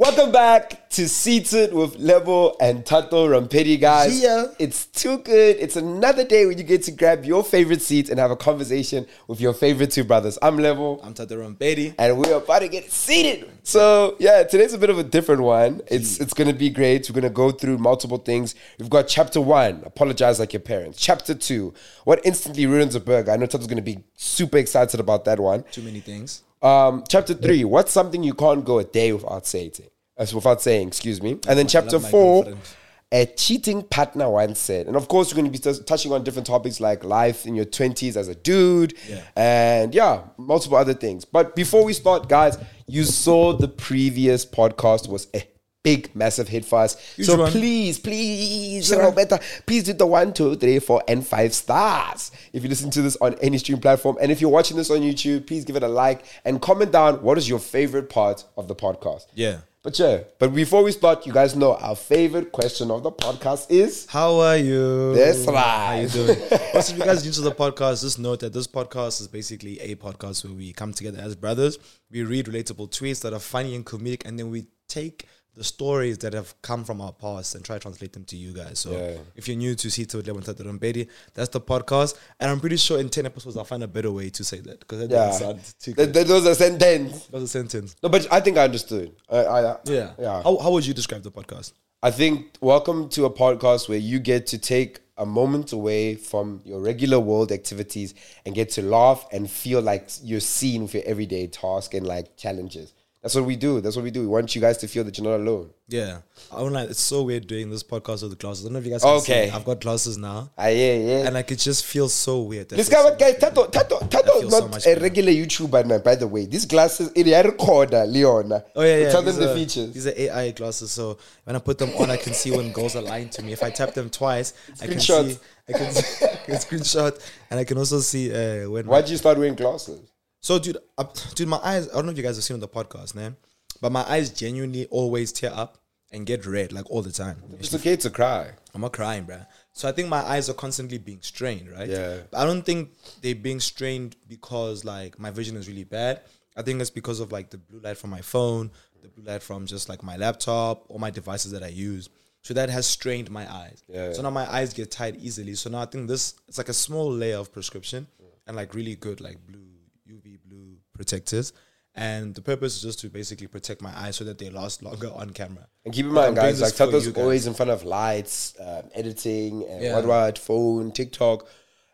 Welcome back to Seats It with Lebo and Tato Rampedi, guys. Yeah. It's too good. It's another day when you get to grab your favorite seat and have a conversation with your favorite two brothers. I'm Lebo. I'm Tato Rampedi. and we're about to get seated. So yeah, today's a bit of a different one. It's it's gonna be great. We're gonna go through multiple things. We've got chapter one, apologize like your parents. Chapter two, what instantly ruins a burger. I know Tato's gonna be super excited about that one. Too many things. Um, chapter three, what's something you can't go a day without saying? As without saying, excuse me. And then chapter love my four, girlfriend. a cheating partner once said. And of course, we're going to be t- touching on different topics like life in your twenties as a dude, Yeah. and yeah, multiple other things. But before we start, guys, you saw the previous podcast was a big, massive hit for us. Huge so one. please, please, Sure. Roberta, please do the one, two, three, four, and five stars. If you listen to this on any stream platform, and if you're watching this on YouTube, please give it a like and comment down what is your favorite part of the podcast. Yeah. But yeah, but before we start, you guys know our favorite question of the podcast is How are you? That's How right. you doing? also, if you guys are new to the podcast, just note that this podcast is basically a podcast where we come together as brothers. We read relatable tweets that are funny and comedic, and then we take the stories that have come from our past and try to translate them to you guys. So Yeah. if you're new to Sito Lemon Tato Rompedi, that's the podcast. And I'm pretty sure in 10 episodes I'll find a better way to say that because that yeah. doesn't sound too Th- good. th- those are sentence. That was a sentence. No, but I think I understood. I, I, Yeah. yeah. How, how would you describe the podcast? I think welcome to a podcast where you get to take a moment away from your regular world activities and get to laugh and feel like you're seen with your everyday task and like challenges. That's what we do. That's what we do. We want you guys to feel that you're not alone. Yeah, I don't like. It's so weird doing this podcast with the glasses. I don't know if you guys. Can Okay. see. I've got glasses now, Ah, yeah, yeah. and like it just feels so weird. this guy, what guy, Tato, Tato, Tato is feels so not much a better. regular YouTuber, man, by the way. These glasses, it is recorder, Leona. Oh yeah, yeah. Tell them these the are- features. These are AI glasses, so when I put them on, I can see when girls are lying to me. If I tap them twice, I can Screenshot. see. I can, see, I can screenshot, and I can also see uh, when. Why'd you start wearing glasses? So, dude, I, dude, my eyes. I don't know if you guys have seen on the podcast, man, but my eyes genuinely always tear up and get red like all the time. It's okay to cry. I'm not crying, bruh. So I think my eyes are constantly being strained, right? Yeah. But I don't think they're being strained because like my vision is really bad. I think it's because of like the blue light from my phone, the blue light from just like my laptop or my devices that I use. So that has strained my eyes. Yeah. So now my eyes get tired easily. So now I think this it's like a small layer of prescription and like really good like blue UV blue protectors. And the purpose is just to basically protect my eyes so that they last longer on camera. And keep in But mind, I'm doing guys, this like for Tato's you guys. always in front of lights, um, editing, and Yeah. what what, phone, TikTok.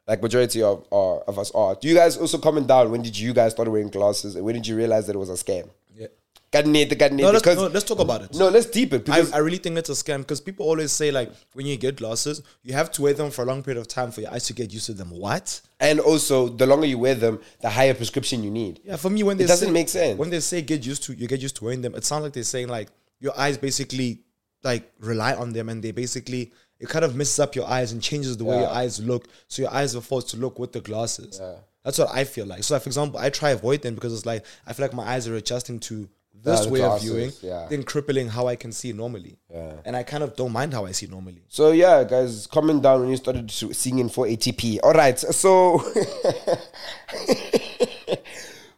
Like majority of are, of us are. Do you guys also comment down when did you guys start wearing glasses and when did you realize that it was a scam? Yeah. Got need, got need. No, let's, because, no, let's talk about it. no, let's deep it I, because I really think it's a scam because people always say like when you get glasses, you have to wear them for a long period of time for your eyes to get used to them. What? and also the longer you wear them, the higher prescription you need. Yeah, for me when they doesn't say- make sense. When they say get used to you get used to wearing them, it sounds like they're saying like your eyes basically like rely on them and they basically it kind of messes up your eyes and changes the way your Yeah. eyes look. So your eyes are forced to look with the glasses. That's what I feel like. So like, for example, I try avoid them because it's like I feel like my eyes are adjusting to this the way glasses, of viewing, yeah. then crippling how I can see normally. And I kind of don't mind how I see normally. So yeah, guys, comment down when you started to sing in 480p. All right, so.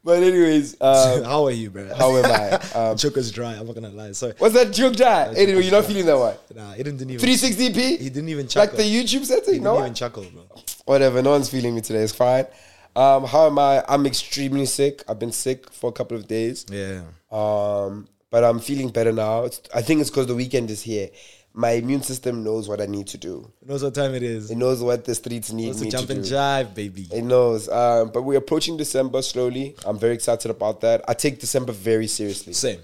but anyways, um, how are you, bro? how am I? Um, The joke was dry. I'm not gonna lie. Sorry. what's that joke, Jai? Anyway, you're not feeling that one. Nah, it didn't even. 360p. He didn't even like chuckle. the YouTube setting. he No, didn't one- even chuckle, bro. whatever. No one's feeling me today. It's fine. Um, how am I? I'm extremely sick. I've been sick for a couple of days. Yeah. Um, but I'm feeling better now. It's, I think it's because the weekend is here. My immune system knows what I need to do. Who knows what time it is? It knows what the streets need It's me a jump to do. and jive, baby. It knows. Um, but we're approaching December slowly. I'm very excited about that. I take December very seriously. Same.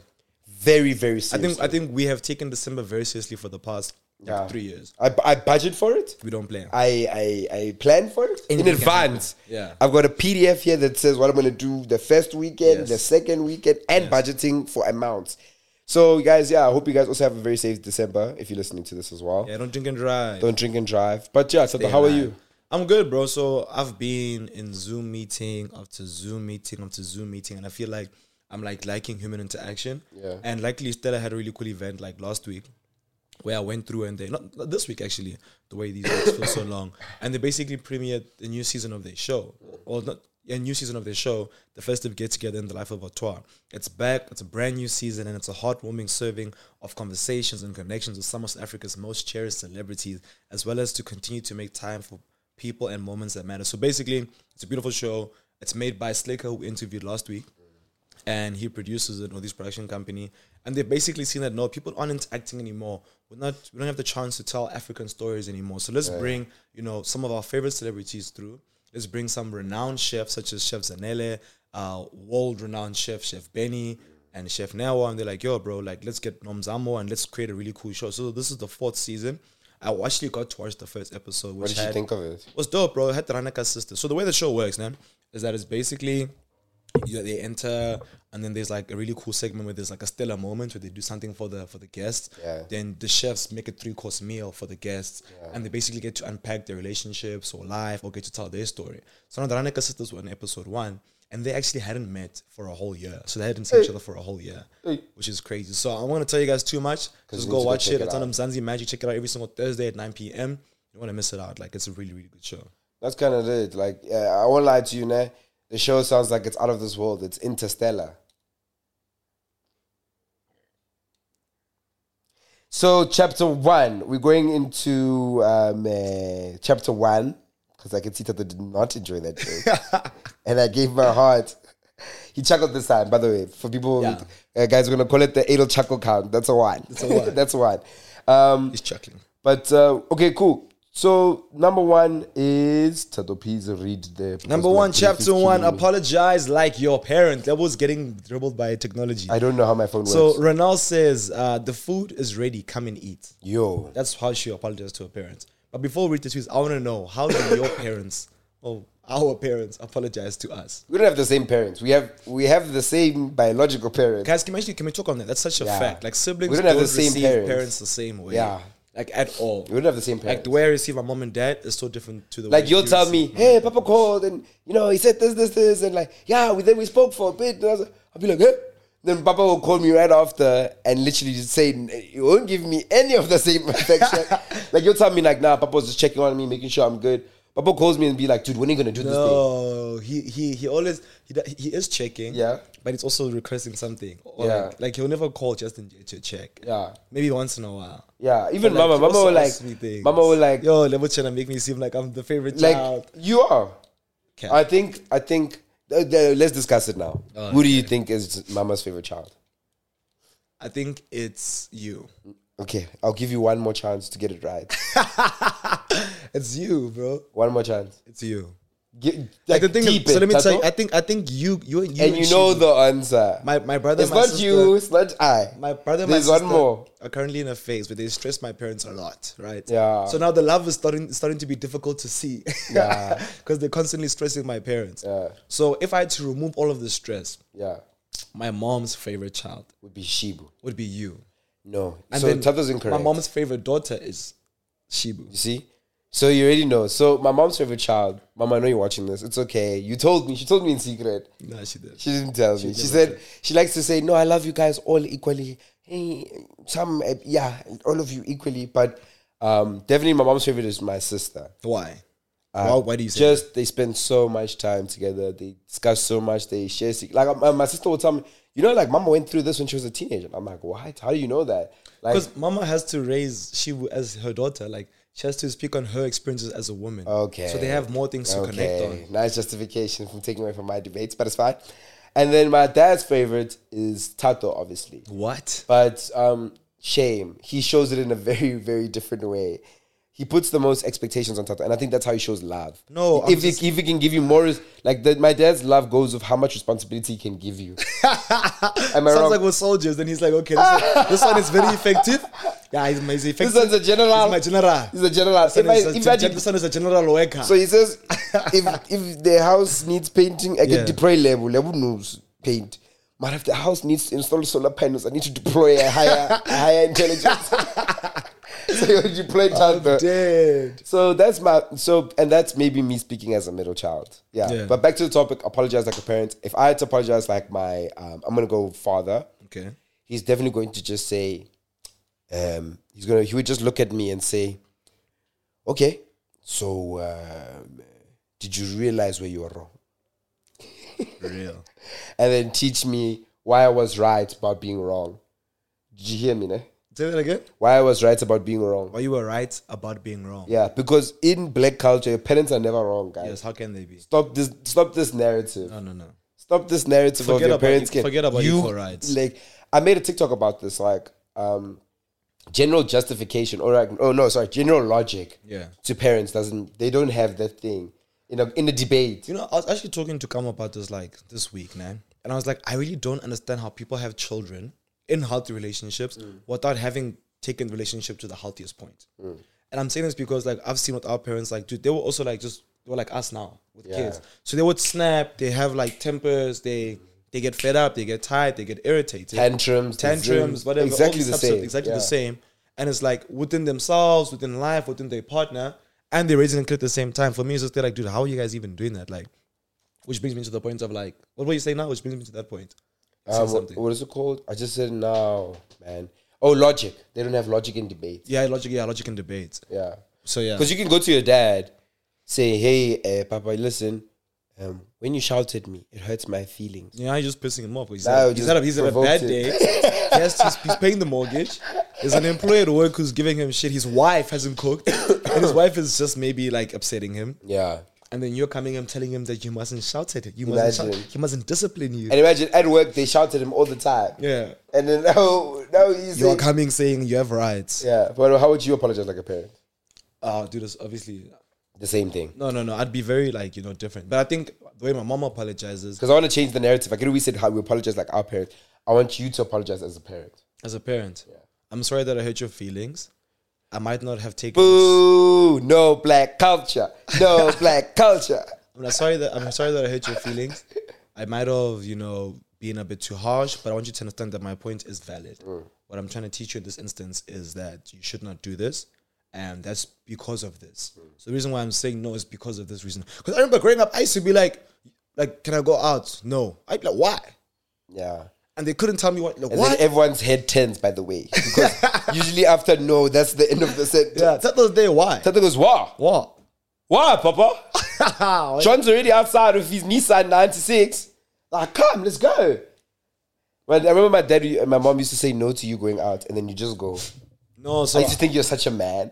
Very, very I seriously. think I think we have taken December very seriously for the past like, Yeah. three years. I, I budget for it. We don't play. I, I, I plan for it in Anything can advance. happen. Yeah. I've got a PDF here that says what I'm going to do the first weekend, Yes. the second weekend, and budgeting for amounts. So, guys, yeah, I hope you guys also have a very safe December if you're listening to this as well. yeah, don't drink and drive. Don't drink and drive. But yeah, Tato, Stay how are alive. you? I'm good, bro. So I've been in Zoom meeting after Zoom meeting after Zoom meeting, and I feel like I'm like liking human interaction. Yeah. And luckily, Stella had a really cool event like last week, where I went through and they not not this week actually. The way these weeks feel so long, and they basically premiered the new season of their show, or not a new season of their show, The Festive Get Together in the Life of Artois. It's back, it's a brand new season, and it's a heartwarming serving of conversations and connections with some of South Africa's most cherished celebrities, as well as to continue to make time for people and moments that matter. So basically, it's a beautiful show. It's made by Slaker, who we interviewed last week and he produces it or this production company and they've basically seen that no people aren't interacting anymore we're not we don't have the chance to tell african stories anymore so let's bring you know some of our favorite celebrities through let's bring some renowned chefs such as chef zanele uh, world renowned chef chef benny and chef Nawa, and they're like yo bro like let's get nomzamo and let's create a really cool show so this is the fourth season i actually got to watch the first episode What which did you had- think of it? was dope, bro. It had the Ranaka's sister. So the way the show works, man, is that it's basically you, they enter and then there's like a really cool segment where there's like a stellar moment where they do something for the for the guests. Yeah. Then the chefs make a three course meal for the guests and they basically get to unpack their relationships or life or get to tell their story. So now the Ranaka sisters were in episode one and they actually hadn't met for a whole year. So they hadn't seen each other for a whole year. Which is crazy. So I'm gonna tell you guys too much. Just we go need to go watch check it. it It's out. on Mzanzi Magic. Check it out every single Thursday at 9 p.m. You don't want to miss it out. Like it's a really, really good show. That's kind of it. Like, yeah, I won't lie to you, nah. The show sounds like it's out of this world. It's interstellar. So, chapter one, we're going into um, uh, chapter one because I can see that they did not enjoy that joke, and I gave my heart. He chuckled this time, by the way. For people, Yeah. uh, guys, we're gonna call it the Adel chuckle count. That's a one. That's a one. That's a one. Um, He's chuckling. But uh, okay, cool. So number one is Tato please read the because Number my one, brief is chapter killing one, me. apologize like your parent. That was getting dribbled by technology. I don't know how my phone works. so Renal says, uh, the food is ready, come and eat. yo, That's how she apologized to her parents. But before we read the tweets, I want to know how do your parents or our parents apologize to us? we don't have the same parents. We have we have the same biological parents. Guys, can we actually can we talk on that? That's such a Yeah. fact. Like siblings We don't, don't have the same receive parents. parents. the same way. Yeah. Like at all. We don't have the same Like parents. the way I receive my mom and dad is so different to the way Like you'll you tell receive me, hey, Papa called, and you know he said this, this, this, and like yeah, we, then we spoke for a bit. And I was, like- I'll be like, eh? then Papa will call me right after and literally just say, you won't give me any of the same affection. like you'll tell me like, nah, Papa was just checking on me, making sure I'm good. Papa calls me and be like, dude, when are you gonna do this thing? No, he he he always he, do- he is checking. Yeah. but it's also requesting something. Or Yeah. like, like he'll never call Justin J to check. Yeah. maybe once in a while. Yeah, even But, like, mama, he mama also will like, asks me things. mama will like, yo, level trying to make me seem like I'm the favorite like child. you are. Okay. I think, I think. uh, the- let's discuss it now. Oh, Who do you think is mama's favorite child? I think it's you. Okay, I'll give you one more chance to get it right. It's you, bro. one more chance. It's you. Get, Like the thing deep is, so it, let me tell you. Tato. I think I think you you, you and you know she- the answer. my my brother. it's my not sister, you. It's not I. my brother and There's my one sister more. are currently in a phase where they stress my parents a lot, right? Yeah. So now the love is starting starting to be difficult to see. Yeah. Because they're constantly stressing my parents. Yeah. So if I had to remove all of the stress, Yeah, my mom's favorite child would be Shibu. would be you. No, so then Tato's incorrect. My mom's favorite daughter is Shibu. You see? So you already know. So my mom's favorite child. Mama, I know you're watching this. It's okay. You told me. She told me in secret. No, she did. She didn't tell me. She said she likes to say, "No, I love you guys all equally. Hey, some eh, yeah, all of you equally." But um, definitely, my mom's favorite is my sister. Why? why? Why Oh, do you say that? Uh, Just they spend so much time together. They discuss so much. They share. sec- Like my, my sister will tell me, you know, like Mama went through this when she was a teenager. And I'm like, what? How do you know that? Like, Because mama has to raise Shibu as her daughter. Like she has to speak on her experiences as a woman. Okay. So they have more things to connect on. okay, nice justification from taking away from my debates, but it's fine. And then my dad's favorite is Tato, obviously. What? But um, shame, he shows it in a very, very different way. He puts the most expectations on Tata, and I think that's how he shows love. No, I'm if he, if he can give you more, res- like that, my dad's love goes with how much responsibility he can give you. Am I Sounds wrong? like we're soldiers. And he's like, okay, this one, this one is very effective. Yeah, he's, he's this effective. one's a he's general. my general. He's a general. If I, This one if is I a, did- this one is a general worker. so he says, if if the house needs painting, I Yeah. can deploy level level news paint. But if the house needs to install solar panels, I need to deploy a higher a higher intelligence. so you deploy Oh, Tata. Dead. So that's my so, and that's maybe me speaking as a middle child. Yeah. Yeah. But back to the topic, apologize like a parent. If I had to apologize like my, um, I'm gonna go father. Okay. He's definitely going to just say, um, he's gonna he would just look at me and say, okay, so um, did you realize where you were wrong? Real. and then teach me why I was right about being wrong. Did you hear me? Ne? Say that again. Why I was right about being wrong. Well, you were right about being wrong. Yeah, because in black culture, your parents are never wrong, guys. Yes. How can they be? Stop this! Stop this narrative. No, no, no. Stop this narrative Forget of your about parents. e- can- forget about equal rights. Like I made a TikTok about this. Like um, general justification, or like, oh no, sorry, general logic. Yeah. To parents doesn't they don't have that thing in a in a debate. You know, I was actually talking to Kam about this like this week, man. And I was like, I really don't understand how people have children in healthy relationships without having taken the relationship to the healthiest point. And I'm saying this because like I've seen with our parents, like, dude, they were also like just they were like us now with kids. So they would snap, they have like tempers, they they get fed up, they get tired, they get irritated. Tantrums, tantrums, zooms, whatever. all Exactly these the types of- same. Exactly yeah. the same. And it's like within themselves, within life, within their partner, and they're raising a kid at the same time. For me, it's just they're like, dude, how are you guys even doing that? Like, which brings me to the point of like, what were you saying now? Which brings me to that point. I said Um, what- something. what is it called? I just said now, man. Oh, logic. They don't have logic in debate. yeah, logic. Yeah, logic and debate. Yeah. So yeah, Because you can go to your dad, say, "Hey, uh, Papa, listen. Um, when you shout at me, it hurts my feelings." yeah, you're just pissing him off. He's, Now had, he's, had a, he's had a just bad provoked day. yes, he's, he's paying the mortgage. There's an employee at work who's giving him shit. His wife hasn't cooked, and his wife is just maybe like upsetting him. Yeah. And then you're coming and telling him that you mustn't shout at him. You mustn't shout. Imagine. He mustn't discipline you. And imagine at work they shout at him all the time. Yeah. And then now, now he's You are saying, coming saying you have rights. yeah. But how would you apologize like a parent? Oh, dude, that's obviously. The same thing. No, no, no. I'd be very, like, you know, different. But I think the way my mom apologizes Because I want to change the narrative. I could always said how we apologize like our parents. I want you to apologize as a parent. as a parent, I'm sorry that I hurt your feelings. I might not have taken. This. Boo! No black culture. No black culture. I'm not sorry that I'm sorry that I hurt your feelings. I might have, you know, been a bit too harsh, but I want you to understand that my point is valid. What I'm trying to teach you in this instance is that you should not do this, and that's because of this. So the reason why I'm saying no is because of this reason. Because I remember growing up, I used to be like, like, can I go out? No. I'd be like, why? Yeah. And they couldn't tell me what. Like, And why? then everyone's head turns, by the way. Because usually after no, that's the end of the sentence. Yeah, that was day. Why? Something goes, wow. What? Wow, Papa. Why? John's already outside of his Nissan 96. Like, come, let's go. But I remember my dad and my mom used to say no to you going out, and then you just go. no, so I used to think you're such a man.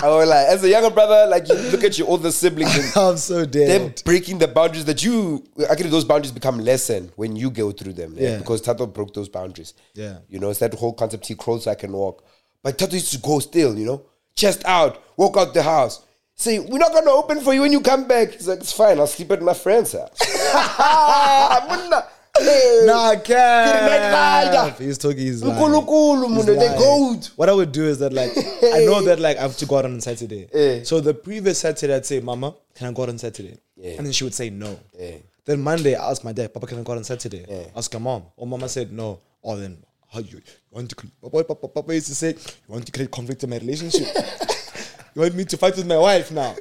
I was like, as a younger brother, like you look at your older siblings and I'm so dead. them breaking the boundaries that you actually those boundaries become lessened when you go through them yeah, Yeah. because Tato broke those boundaries. Yeah. you know it's that whole concept. He crawls so I can walk, but Tato used to go still. You know, chest out, walk out the house. Say we're not gonna open for you when you come back. He's like, it's fine. I'll sleep at my friend's house. Muna. Hey, Nah, Kirimakaya. cap. He's talking. He's lying. ukulukulu, muna, Like, they gold. What I would do is that like I know that like I have to go out on Saturday. Eh. So the previous Saturday I'd say, Mama, can I go out on Saturday? And then she would say no. Yeah. Then Monday I asked my dad, Papa, can I go out on Saturday? Ask her mom. Or Mama said no. Or then how you, you want to create Papa, Papa, Papa used to say, You want to create conflict in my relationship. you want me to fight with my wife now.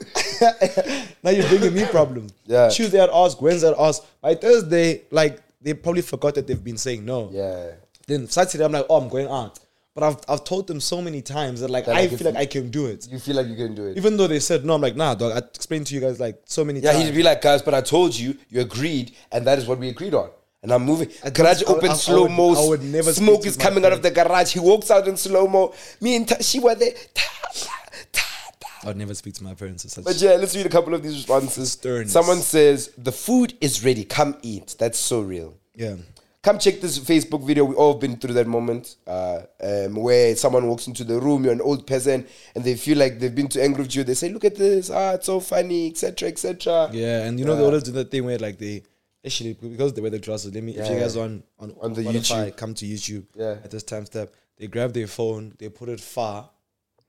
now you're bringing me problems. Yeah. Tuesday I'd ask, Wednesday I'd ask. By Thursday, like they probably forgot that they've been saying no. Yeah, Then Saturday, I'm like, oh, I'm going out. But I've, I've told them so many times that like That, I like, if feel like I can do it, you feel like you can do it. even though they said no. I'm like, nah, dog. I explained to you guys like so many Yeah, times. he'd be like, guys, but I told you, you agreed, and that is what we agreed on. And I'm moving. Garage I would- I open would- slow mo. I would never speak Smoke to is my coming out of the garage. He walks out in slow mo. Me and Ta- she were there. Ta- ta- ta- ta. I'd never speak to my parents. Or such. But yeah, let's read a couple of these responses. Sternness. Someone says, "The food is ready. Come eat." That's so real. yeah, Come check this Facebook video. We all been through that moment uh, um, where someone walks into the room, you're an old person, and they feel like they've been to angry with you. They say, "Look at this! Ah, it's so funny, etc., etc." yeah. And you know they always do that thing where like they actually because the way they trust us. Let me if you Yeah. guys are on on, On the Spotify, come to YouTube. Yeah. At this time step, they grab their phone, they put it far,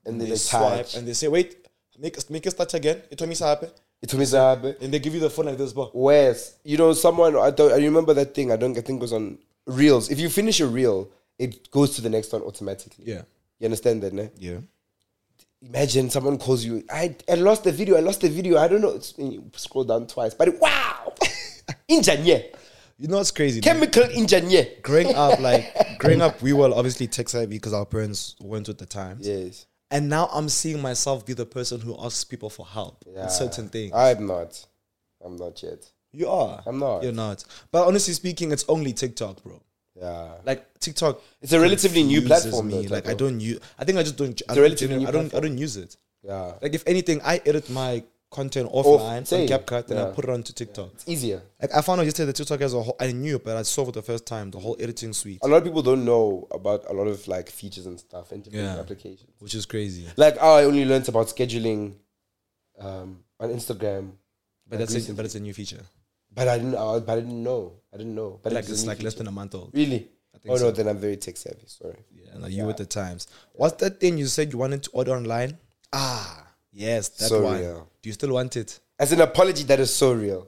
And they, they like swipe, touch. and they say, wait, make us make us touch again. It told me happen. It was a And they give you the phone like this, bro. Where's you know someone I don't I remember that thing I don't I think it was on reels. If you finish a reel, it goes to the next one automatically. Yeah, You understand that, ne? yeah. Imagine someone calls you. I I lost the video. I lost the video. I don't know. It's- you scroll down twice, but wow, engineer, You know what's crazy? man? chemical engineer. growing up, like growing up, we were obviously tech savvy because our parents weren't with the times. Yes, And now I'm seeing myself be the person who asks people for help Yeah. in certain things. I'm not. I'm not yet. You are. I'm not. You're not. But honestly speaking, it's only TikTok, bro. Yeah. Like TikTok. It's a relatively new confuses platform, Me. though, like I Tato. don't use. I think I just don't. I don't, relatively gener- new I don't. I platform. don't use it. Yeah. Like if anything, I edit my content offline on same. CapCut and I Yeah. put it onto TikTok. It's easier. Like I found out yesterday that TikTok has a whole. I knew, it, but I saw for the first time the whole editing suite, A lot of people don't know about a lot of like features and stuff and different Yeah. applications. which is crazy. Like oh, I only learnt about scheduling um, on Instagram, like, But that's a, recently. but it's a new feature. but I didn't. Uh, but I didn't know. I didn't know. But Like a it's new like less feature. than a month old. really. think Oh so. no, then I'm very tech savvy. Sorry. Yeah, like you with the times. What's that thing you said you wanted to order online? Ah, yes, that So one. real. Do you still want it? As an apology, that is so real.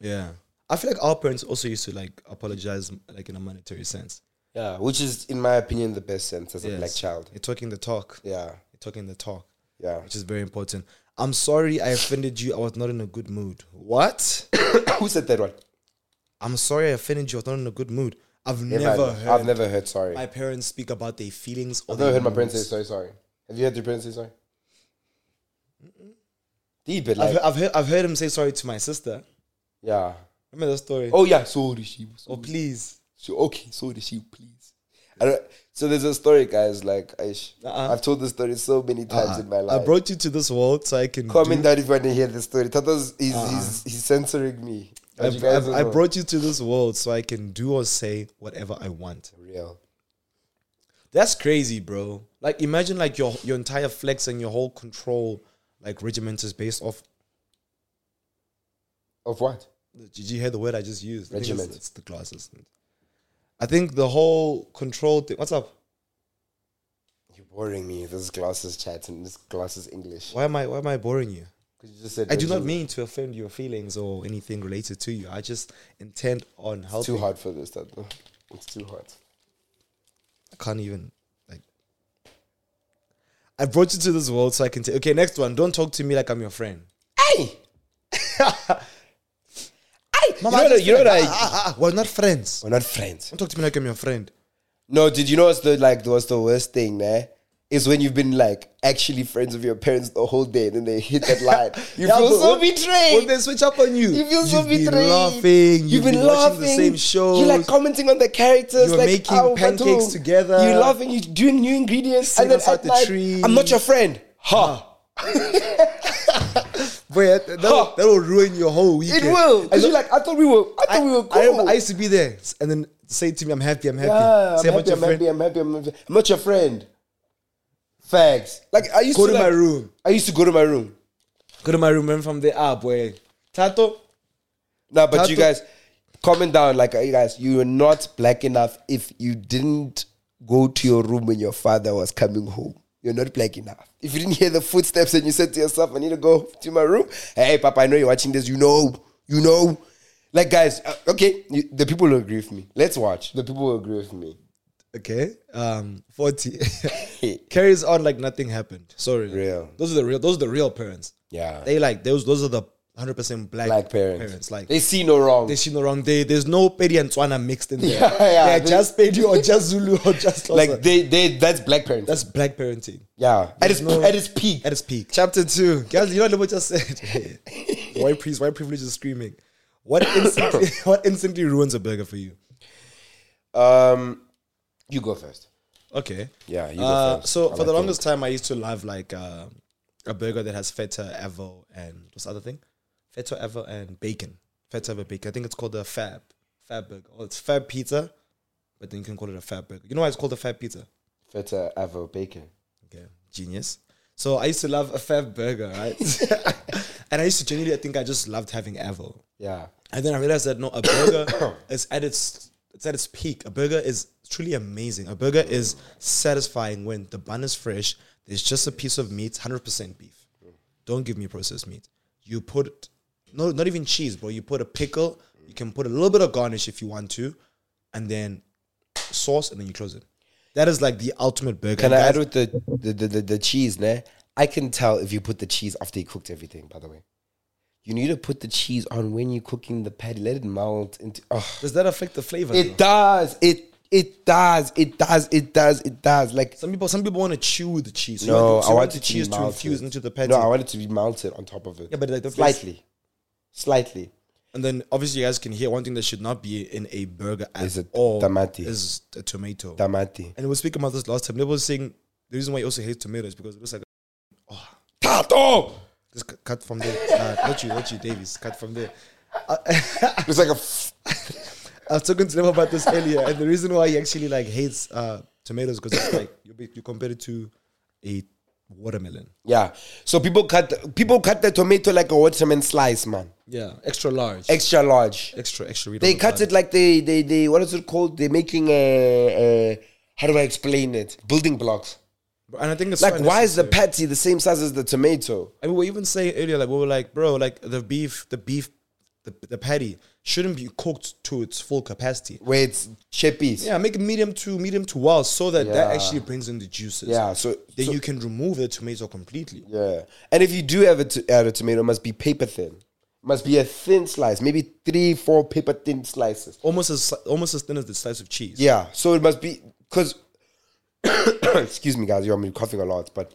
Yeah. I feel like our parents also used to like apologize like in a monetary sense. Yeah, which is, in my opinion, the best sense as a black Yes. child. You're talking the talk. Yeah, You're talking the talk, yeah. which is very important. I'm sorry I offended you. I was not in a good mood. What? Who said that one? I'm sorry I offended you. I was not in a good mood. I've never, heard I've never heard sorry. my parents speak about their feelings or I've never their heard my parents say moods. sorry, sorry. Have you heard your parents say sorry? Deep, but I've, like, heard, I've heard I've heard him say sorry to my sister. yeah. Remember the story? Oh, yeah, sorry, she. oh sorry, please. she okay, sorry, she, please. I don't, so there's a story, guys. Like, Aish, Uh-uh. I've told this story so many times in my life. I brought you to this world so I can Comment do- down if you want to hear the story. Tata's, he's, he's, he's censoring me. But you Uh-uh. I've- guys I've- don't I know. brought you to this world so I can do or say whatever I want. Real. That's crazy, bro. Like imagine like your your entire flex and your whole control like regiment is based off. Of what? Did you hear the word I just used? I think Regiment. It's, it's the glasses. I think the whole control thing. What's up? You're boring me. This is glasses chat and this glasses English. Why am I why am I boring you? Because you just said I do not regiment. mean to offend your feelings or anything related to you. I just intend on It's too helping. hard for this, Tato. It's too hard. I can't even like. I brought you to this world so I can take. Okay, next one. Don't talk to me like I'm your friend. Hey! hey! Mama, you know, what- you know what I. Ah, ah, we're not friends. We're not friends. Don't talk to me like I'm your friend. No, did you know what's the like what's the worst thing, man? Is when you've been like actually friends with your parents the whole day and then they hit that line. You Yeah, feel but so when- When betrayed. they switch up on you, you feel so you've been betrayed. laughing. You've, been, watching the same shows. You're like commenting on the characters. You're like, making "Ow, pancakes Batu." together. You're laughing. You're doing new ingredients. Sitting and then outside at the night, tree. I'm not your friend. Ha! Boy, that, that, will, that will ruin your whole It weekend. will. I, Because you're like, I thought we were. I thought I, we were I remember cool. I used to be there and then say to me, "I'm happy. I'm happy." Yeah, say I'm happy, about your I'm, friend. happy, I'm happy, I'm happy. I'm not your friend. Facts. Like I used Go to to like- my room. I used to go to my room. Go to my room and from there, ah, boy, Tato. Nah, but you Tato- guys, comment down. Like uh, you guys, you were not black enough if you didn't go to your room when your father was coming home. You're not black enough. If you didn't hear the footsteps and you said to yourself, "I need to go to my room," hey, Papa, I know you're watching this. You know, you know. Like guys, uh, okay, you, the people will agree with me. Let's watch. The people will agree with me. Okay, um, forty carries on like nothing happened. Sorry, Real. Those are the real. Those are the real parents. Yeah, They like those. Those are the hundred percent black black parents. Like they see no wrong. they see no wrong. They there's no Pedi and Tswana mixed in there. Yeah, yeah. They're They- just Pedi or just Zulu or just like they, they that's black parents. that's black parenting yeah, at its no- at its peak. at its peak. Chapter two, guys. You know what I just said. white priest, white privilege is screaming. What instantly, what instantly ruins a burger for you? Um, you go first. Okay. Yeah, you go Uh, first. so I for the like longest time, I used to love like uh, a burger that has feta, avo, and what's the other thing? Feta, avo, and bacon. Feta, avo, bacon. I think it's called the Fab Fab burger. Oh, it's Fab pizza, but then you can call it a Fab burger. You know why it's called a Fab pizza? feta avo bacon. Okay, genius. So I used to love a Fab burger, right? and I used to genuinely, I think I just loved having avo. Yeah, And then I realized that no, a burger is at its it's at its peak. A burger is truly amazing. A burger is satisfying when the bun is fresh. There's just a piece of meat, hundred percent beef. Don't give me processed meat. You put no, not even cheese, bro. You put a pickle. You can put a little bit of garnish if you want to, and then sauce, and then you close it. That is like the ultimate burger. can I Guys, add with the the, the, the the cheese? Nah, I can tell if you put the cheese after you cooked everything. By the way, you need to put the cheese on when you're cooking the patty. Let it melt into. Oh, does that affect the flavor? though? it does. It it does. It does. It does. It does. Like some people, some people want to chew the cheese. So you no, so I you want the it to cheese be to infuse melted. into the patty. No, I want it to be melted on top of it. Yeah, but like the- slightly, slightly. And then obviously you guys can hear one thing that should not be in a burger at Is a all tamati. is a tomato. Tamati. and we were speaking about this last time. They were saying the reason why you also hate tomatoes because it looks like Tato! just c- cut from there. Uh, not you, not you, Davies. Cut from there. It's like a. F- I was talking to them about this earlier, and the reason why he actually like hates uh, tomatoes because it's like you be- you compare it to a watermelon. yeah. So people cut people cut the tomato like a watermelon slice, man. Yeah, extra large, Extra large. extra extra. They cut it like they they they what is it called? They're making a, a how do I explain it? Building blocks. and I think it's Like so why is the unnecessary. patty the same size as the tomato? I mean, we were even saying earlier, like we were like, bro, like the beef, the beef, the, the patty shouldn't be cooked to its full capacity. Where it's chippies. Yeah, make it medium to medium to wild so that that Yeah. actually brings in the juices. Yeah, so- then so- you can remove the tomato completely. Yeah. And if you do have a to add a tomato, it must be paper thin. Must be a thin slice, maybe three, four paper thin slices. Almost as almost as thin as the slice of cheese. Yeah. So it must be because excuse me guys, you I'm coughing a lot, but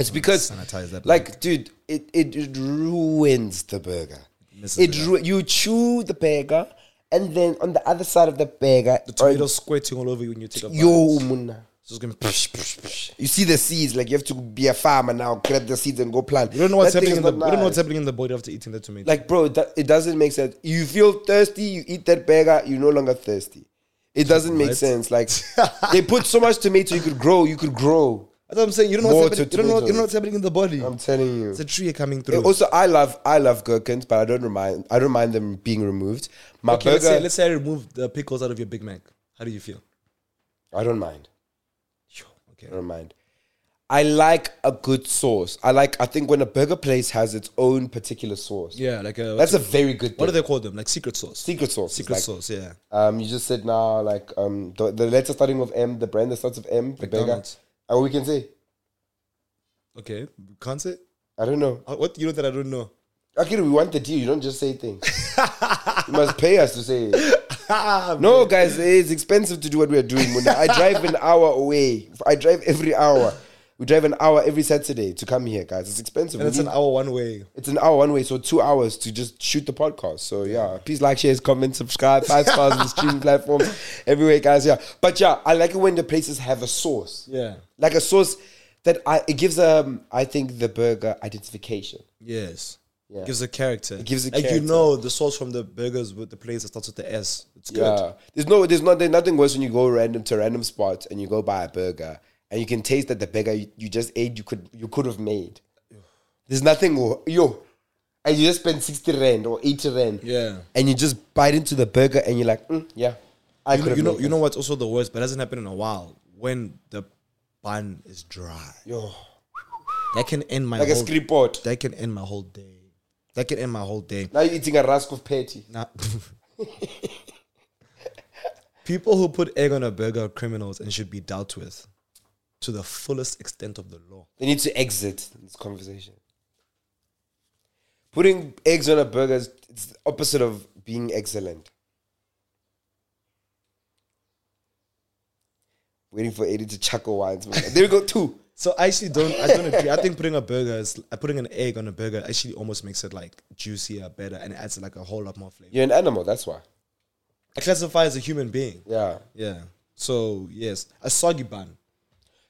it's because Mm, sanitize that like dude, it, it, it ruins the burger. Messes It it ru- you chew the burger and then on the other side of the burger The tomato squirting all over you when you take a bite. yo muna. So it's going psh, psh, psh. You see the seeds, like you have to be a farmer now, grab the seeds and go plant. We don't know what's That thing happening is in the not we don't know nice. what's happening in the body after eating the tomato. Like, bro, it, do- it doesn't make sense. You feel thirsty, you eat that burger, you're no longer thirsty. It doesn't make Right. sense. Like, they put so much tomato, you could grow, you could grow. That's what I'm saying. You don't know More what's happening. to You don't know, you tomatoes. don't know what's happening in the body. I'm telling you. Eh, it's a tree coming through. Also, I love I love gherkins, but I don't remind I don't mind them being removed. My Okay, let's burger, say, let's say I remove the pickles out of your Big Mac. How do you feel? I don't mind. Okay. I don't mind. I like a good sauce. I like. I think when a burger place has its own particular sauce, Yeah, like a, that's a very good. Thing. what do they call them? Like secret sauce. Secret sauce. secret Secret sauce. sauce. Yeah. Um, you just said now, like um, the, the letter starting with M, the brand that starts with M, the burger. McDonald's. And we can say, Okay. Can't say. I don't know. Uh, What you know that I don't know. Okay, we want the deal. You don't just say things. you must pay us to say it. Ah, No, guys, it's expensive to do what we're doing. Muna. I drive an hour away. I drive every hour. We drive an hour every Saturday to come here, guys. It's expensive. We that's an need- hour one way. it's an hour one way, so two hours to just shoot the podcast. So yeah, please like, share, comment, subscribe, five stars on the streaming platforms everywhere, guys. Yeah, but yeah, I like it when the places have a sauce, Yeah. like a sauce that I it gives um I think the burger identification. Yes. Yeah. Gives a character. It gives a like character. you know the sauce from the burgers with the place that starts with the S. It's good. Yeah, there's no, there's not, there's nothing worse when you go random to a random spot and you go buy a burger and you can taste that the burger you, you just ate you could you could have made. There's nothing wo- yo, and you just spend sixty rand or eighty rand. Yeah. and you just bite into the burger and you're like, mm, yeah, I You know, could you know, you know what's also the worst, but hasn't happened in a while. When the bun is dry, yo, that can end my like a whole. screen pot. That can end my whole day. That can end my whole day. Now you're eating a rask of patty. Nah. People who put egg on a burger are criminals and should be dealt with to the fullest extent of the law. They need to exit this conversation. Putting eggs on a burger is it's the opposite of being excellent. Waiting for Eddie to chuckle once. man. There we go, two. So I actually don't I don't agree. I think putting a burger is uh, putting an egg on a burger actually almost makes it like juicier, better, and adds like a whole lot more flavor. You're an animal, that's why. I classify as a human being. Yeah. Yeah. So yes. A soggy bun.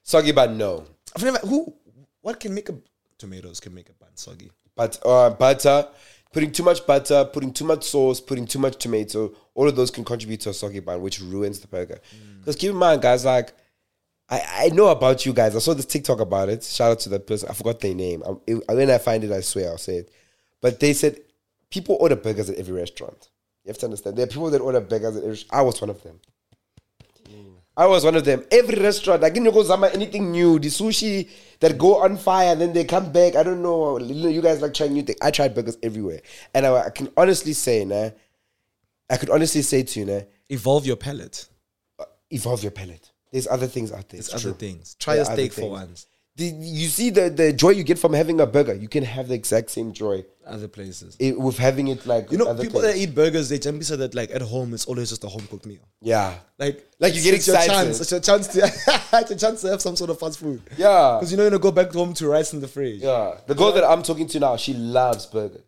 Soggy bun, no. I've never who what can make a tomatoes can make a bun soggy. But uh, butter, putting too much butter, putting too much sauce, putting too much tomato, all of those can contribute to a soggy bun, which ruins the burger. Because keep in mind, guys, like I, I know about you guys. I saw this TikTok about it. Shout out to that person. I forgot their name. I'm, it, when I find it, I swear I'll say it. But they said people order burgers at every restaurant. You have to understand. There are people that order burgers at every. I was one of them. I was one of them. Every restaurant, like in Yokozama, anything new, the sushi that go on fire, then they come back. I don't know. You know, you guys like trying new things. I tried burgers everywhere, and I, I can honestly say, nah, I could honestly say to you, nah, Evolve your palate. evolve your palate. There's other things out there. It's, It's other true. things. Try There a are other steak for things. once. The, you see the, the joy you get from having a burger. You can have the exact same joy Other places. i- with having it like You know, other people things. that eat burgers, they generally say that like at home it's always just a home cooked meal. yeah, Like, Like, you get it's excited. Your chance, it's your chance to it's your chance to have some sort of fast food. Yeah. because you know you're gonna go back home to rice in the fridge. yeah. The girl that I'm talking to now, she loves burgers.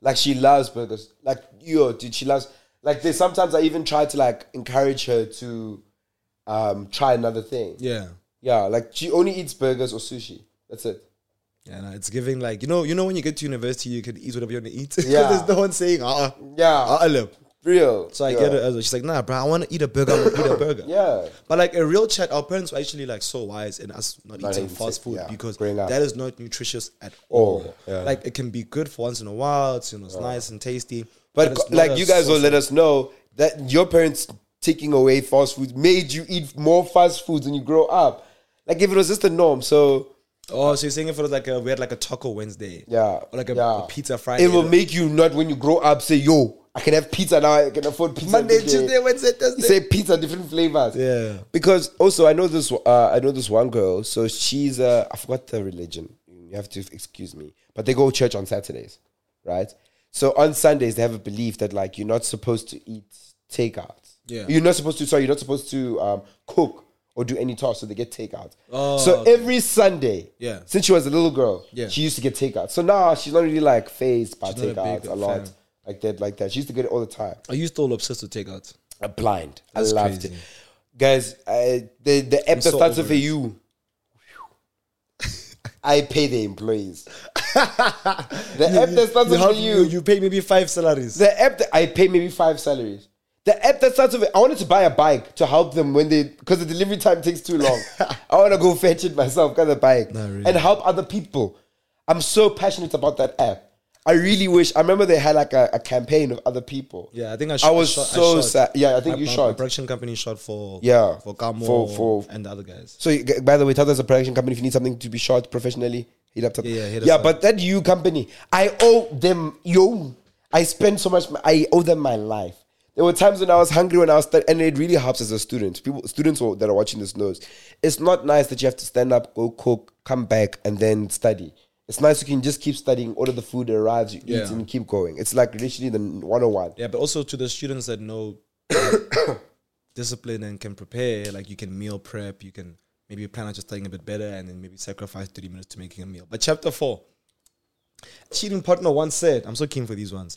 Like she loves burgers. Like yo, dude, she loves. Like there's sometimes I even try to like encourage her to um try another thing. Yeah. Yeah, like she only eats burgers or sushi. That's it. Yeah, no, it's giving like you know, you know when you get to university, you can eat whatever you want to eat. 'Cause Yeah. there's no one saying ah Yeah, ah lip. Uh, real. So I yeah. get it as well. She's like, nah, bro, I want to eat a burger. I want to eat a burger. Yeah. But like a real chat, our parents were actually like so wise in us not, Not eating eating fast sick, food yeah, because growing up. that is not nutritious at All, all. yeah. Like it can be good for once in a while. It's you know, it's nice and tasty. But it's co- not a like you guys will source let us know that your parents taking away fast food made you eat more fast foods when you grow up. Like if it was just the norm, so of- Oh, so you're saying if it was like a we had like a taco Wednesday, yeah, or like a, yeah. a pizza Friday, It will make you not when you grow up say, "Yo, I can have pizza now. I can afford pizza." Monday, every day." Tuesday, Wednesday, You Thursday. say pizza, different flavors. Yeah. Because also, I know this. Uh, I know this one girl. So she's. Uh, I forgot the religion. You have to excuse me. But they go to church on Saturdays, right? So on Sundays they have a belief that like you're not supposed to eat takeout. Yeah. You're not supposed to. Sorry, you're not supposed to um, cook or do any tasks. So they get takeout. Oh, so okay. every Sunday. Yeah. Since she was a little girl. Yeah. She used to get takeout. So now she's not really like phased by She's not a takeout big a, lot. fan. Like that, like that. She used to get it all the time Are you still obsessed with takeout? uh, blind. That's I loved crazy. it. Guys, I, the, the app that so starts over with a it. U. I pay the employees. the app that starts with have- a U. you pay maybe five salaries. The app that I pay maybe five salaries. The app that starts with a- I wanted to buy a bike to help them when they because the delivery time takes too long. I want to go fetch it myself, got a bike, No, really. and help other people. I'm so passionate about that app. I really wish. I remember they had like a, a campaign of other people. Yeah, I think I. Sh- I was shot- so shot. sad. Yeah, I think My- you my- My shot. production company shot for Yeah. for Gamo For- for- and the other guys. So, you- g- by the way, tell us a production company if you need something to be shot professionally. Hit up, Yeah, yeah, hit us yeah. up. But that you company, I owe them. Yo, I spend so much. mo- I owe them my life. There were times when I was hungry when I was, stu- and it really helps as a student. People, students who- that are watching this knows, it's not nice that you have to stand up, go cook, come back, and then study. It's nice you can just keep studying. Order the food that arrives, you eat, Yeah. and keep going. It's like literally the 101. Yeah, but also to the students that know discipline and can prepare, like you can meal prep, you can maybe plan out your studying a bit better and then maybe sacrifice 30 minutes to making a meal. But chapter four, cheating partner once said, I'm so keen for these ones.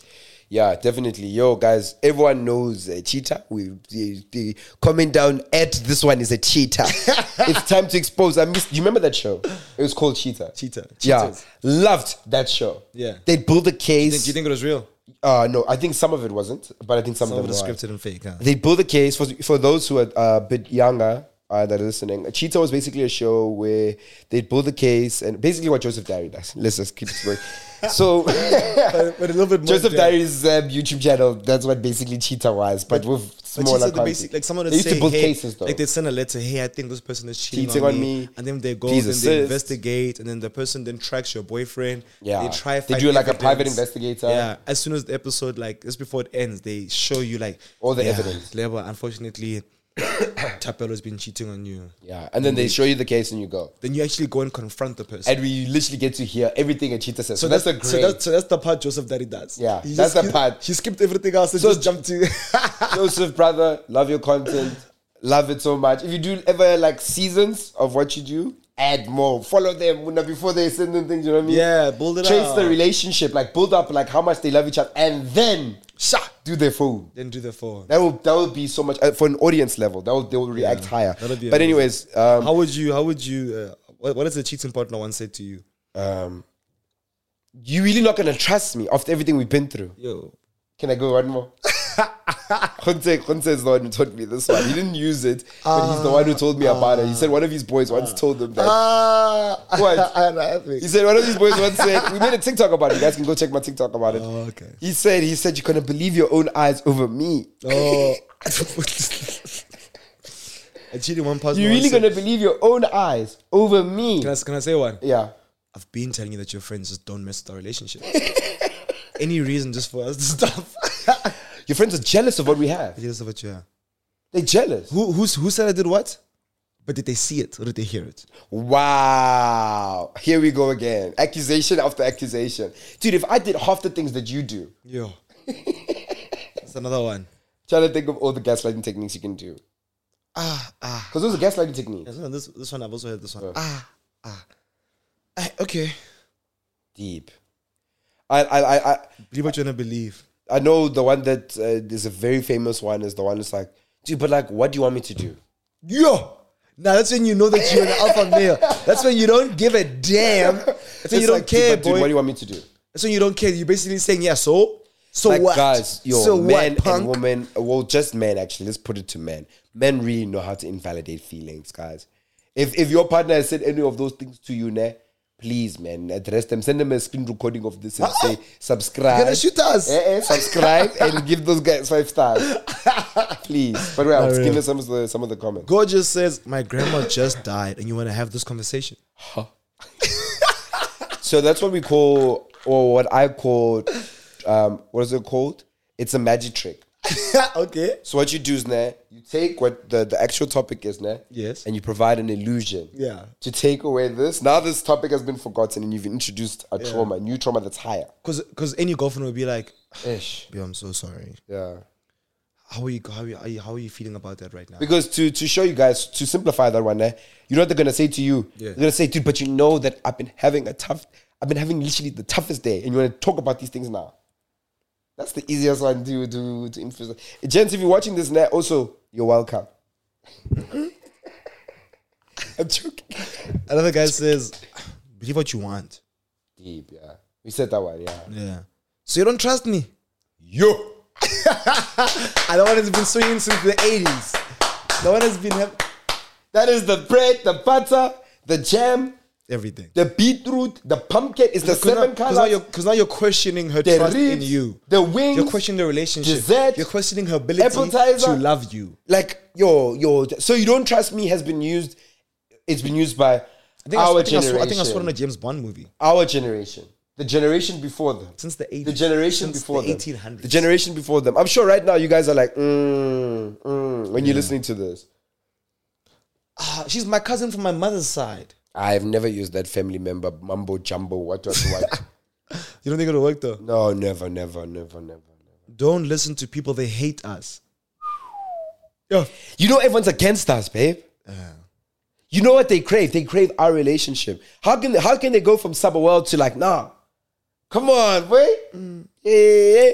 Yeah, definitely. Yo, guys, everyone knows a cheater. We the, the comment down at this one is a cheater. it's time to expose. I miss. You remember that show? It was called Cheater. Cheater. Yeah, Cheaters. loved that show. Yeah. they built a Do you case. think it was real? Uh, no, I think some of it wasn't, but I think some, Some of of it the was. scripted and fake, huh? They built a case for for those who are uh, a bit younger. Uh, that are listening. Cheetah was basically a show where they'd build a case and basically what Joseph Diary does. Let's just keep it going. So, But, but a little bit more. Joseph depth. Diary's um, YouTube channel. That's what basically Cheetah was, but, with But smaller she said content. the basic, like someone would they used say, to build hey, cases though. like they send a letter, hey, I think this person is cheating, Cheating on, on me. me. and then they go Please and they assist. investigate, and then the person then tracks your boyfriend. Yeah. they try. They find do like a private evidence. investigator. Yeah, as soon as the episode, like just before it ends, they show you like All the yeah, evidence. Lebo, unfortunately, Tapelo's been cheating on you. yeah, and Mm-hmm. then they show you the case and you go, Then you actually go and confront the person. and we literally get to hear everything a cheetah says. So, that's, a great. so that's, so that's the part Joseph Daddy does. Yeah, He that's just- the part. He skipped everything else and just jumped to. Joseph, brother, love your content, love it so much. If you do ever like seasons of what you do, add more, follow them you know, before they send them things. You know what I mean? yeah, build it Trace up. the relationship, like build up, like how much they love each other, and then sha, do their phone. then do the four. That will that would be so much uh, for an audience level. That will they will react higher. that'll be but amazing. anyways, um, How would you? How would you? Uh, what, what does the cheating partner once said to you? um, you really not gonna trust me after everything we've been through. Yo, Can I go one more? Khonse, Khonse is the one who taught me this one. He didn't use it, but he's the one who told me about it. He said one of his boys once told him that. ah, What? think. He said one of these boys once said, "We made a TikTok about it. You guys can go check my TikTok about it." Oh, okay. He said, "He said you couldn't believe your own eyes over me. Oh, a cheating one partner. You once really said- gonna believe your own eyes over me?" Can I, can I say one? Yeah. I've been telling you that your friends just don't mess with our relationship. Any reason just for us to stop? Your friends are jealous of what we have. Here's what you have. They're jealous. Who who's, who said I did what? But did they see it or did they hear it? Wow. Here we go again. Accusation after accusation. Dude, if I did half the things that you do, Yo, that's another one. try to think of all the gaslighting techniques you can do. Ah ah. Because those are gaslighting techniques. There's no- This this one I've also heard this one. Ah ah. Ah, Okay. Deep. I, I, I, I, Believe what you want to believe. I know the one that uh, there's a very famous one is the one that's like, dude, but like, what do you want me to do? Yo! Now that's when you know that you're an alpha male. That's when you don't give a damn. That's when It's you don't like, dude, care, but boy. Dude, what do you want me to do? that's when you don't care. You're basically saying, yeah, so? So Like what? guys, yo, so men what, punk? and women, well, just men actually. Let's put it to men. Men really know how to invalidate feelings, guys. If if your partner has said any of those things to you, ne, please, man, address them. Send them a screen recording of this and say subscribe. Ah! You're gonna shoot us. Eh, eh, subscribe and give those guys five stars, please. But well, let's give us some of the some of the comments. Gorgeous says, my grandma just died and you want to have this conversation. So that's what we call, or what I call, um, what is it called? It's a magic trick. okay. So what you do is now you take what the, the actual topic is now, Yes. and you provide an illusion, Yeah. to take away this. Now this topic has been forgotten, and you've introduced a trauma, new trauma that's higher. Because any girlfriend would be like, Ish. yo, I'm so sorry. Yeah. How are you, how are you, how are you, how are you feeling about that right now? Because to to show you guys to simplify that one, eh, you know what they're gonna say to you. Yeah. They're gonna say, dude, but you know that I've been having a tough, I've been having literally the toughest day, and you wanna talk about these things now. That's the easiest one to to to influence. Gents, if you're watching this now, also you're welcome. I'm joking. Another guy says, believe what you want. Deep, yeah. We said that one, yeah. Yeah. So you don't trust me? Yo, And that one has been swinging since the 80s. That one has been hap- that is the bread, the butter, the jam, everything. the beetroot, the pumpkin. Is the Because seven now, 'cause now colors. you're, cause now you're questioning her The trust in ribs, you. the wings, You're questioning the relationship. dessert, you're questioning her ability appetizer. to love you. like yo yo so you don't trust me has been used it's been used by I think, our I, think I, generation saw, I think I saw it in a James Bond movie our generation the generation before them since the 80s. the generation since before the them 1800s. the generation before them i'm sure right now you guys are like mm, mm, when you're listening to this Ah, she's my cousin from my mother's side. i've never used that family member mumbo jumbo what what what You don't think it'll work though? no never never never never never Don't listen to people. They hate us. Yo, you know everyone's against us babe Yeah. you know what they crave they crave our relationship how can they, how can they go from sub world to like nah come on boy yeah, yeah, yeah.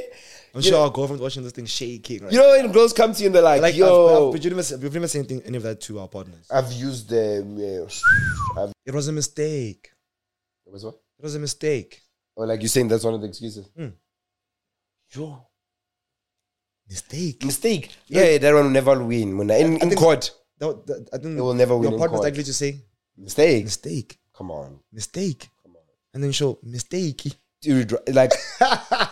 I'm sure our girlfriend's watching this thing shaking. Right? You know when girls come to you and they're like, like, "Yo, I've, I've, we've never said- we've never said anything, any of that to our partners. I've, used them." Yeah. I've, It was a mistake. it was what? It was a mistake. Or like you're saying that's one of the excuses. Yo. Mistake. Mistake. Yeah, that one will never win. When in, in think- court, That, that, I think It will never win Your in partner's court. likely to say mistake. mistake, Come on, mistake, come on. and then show mistake. Dude, like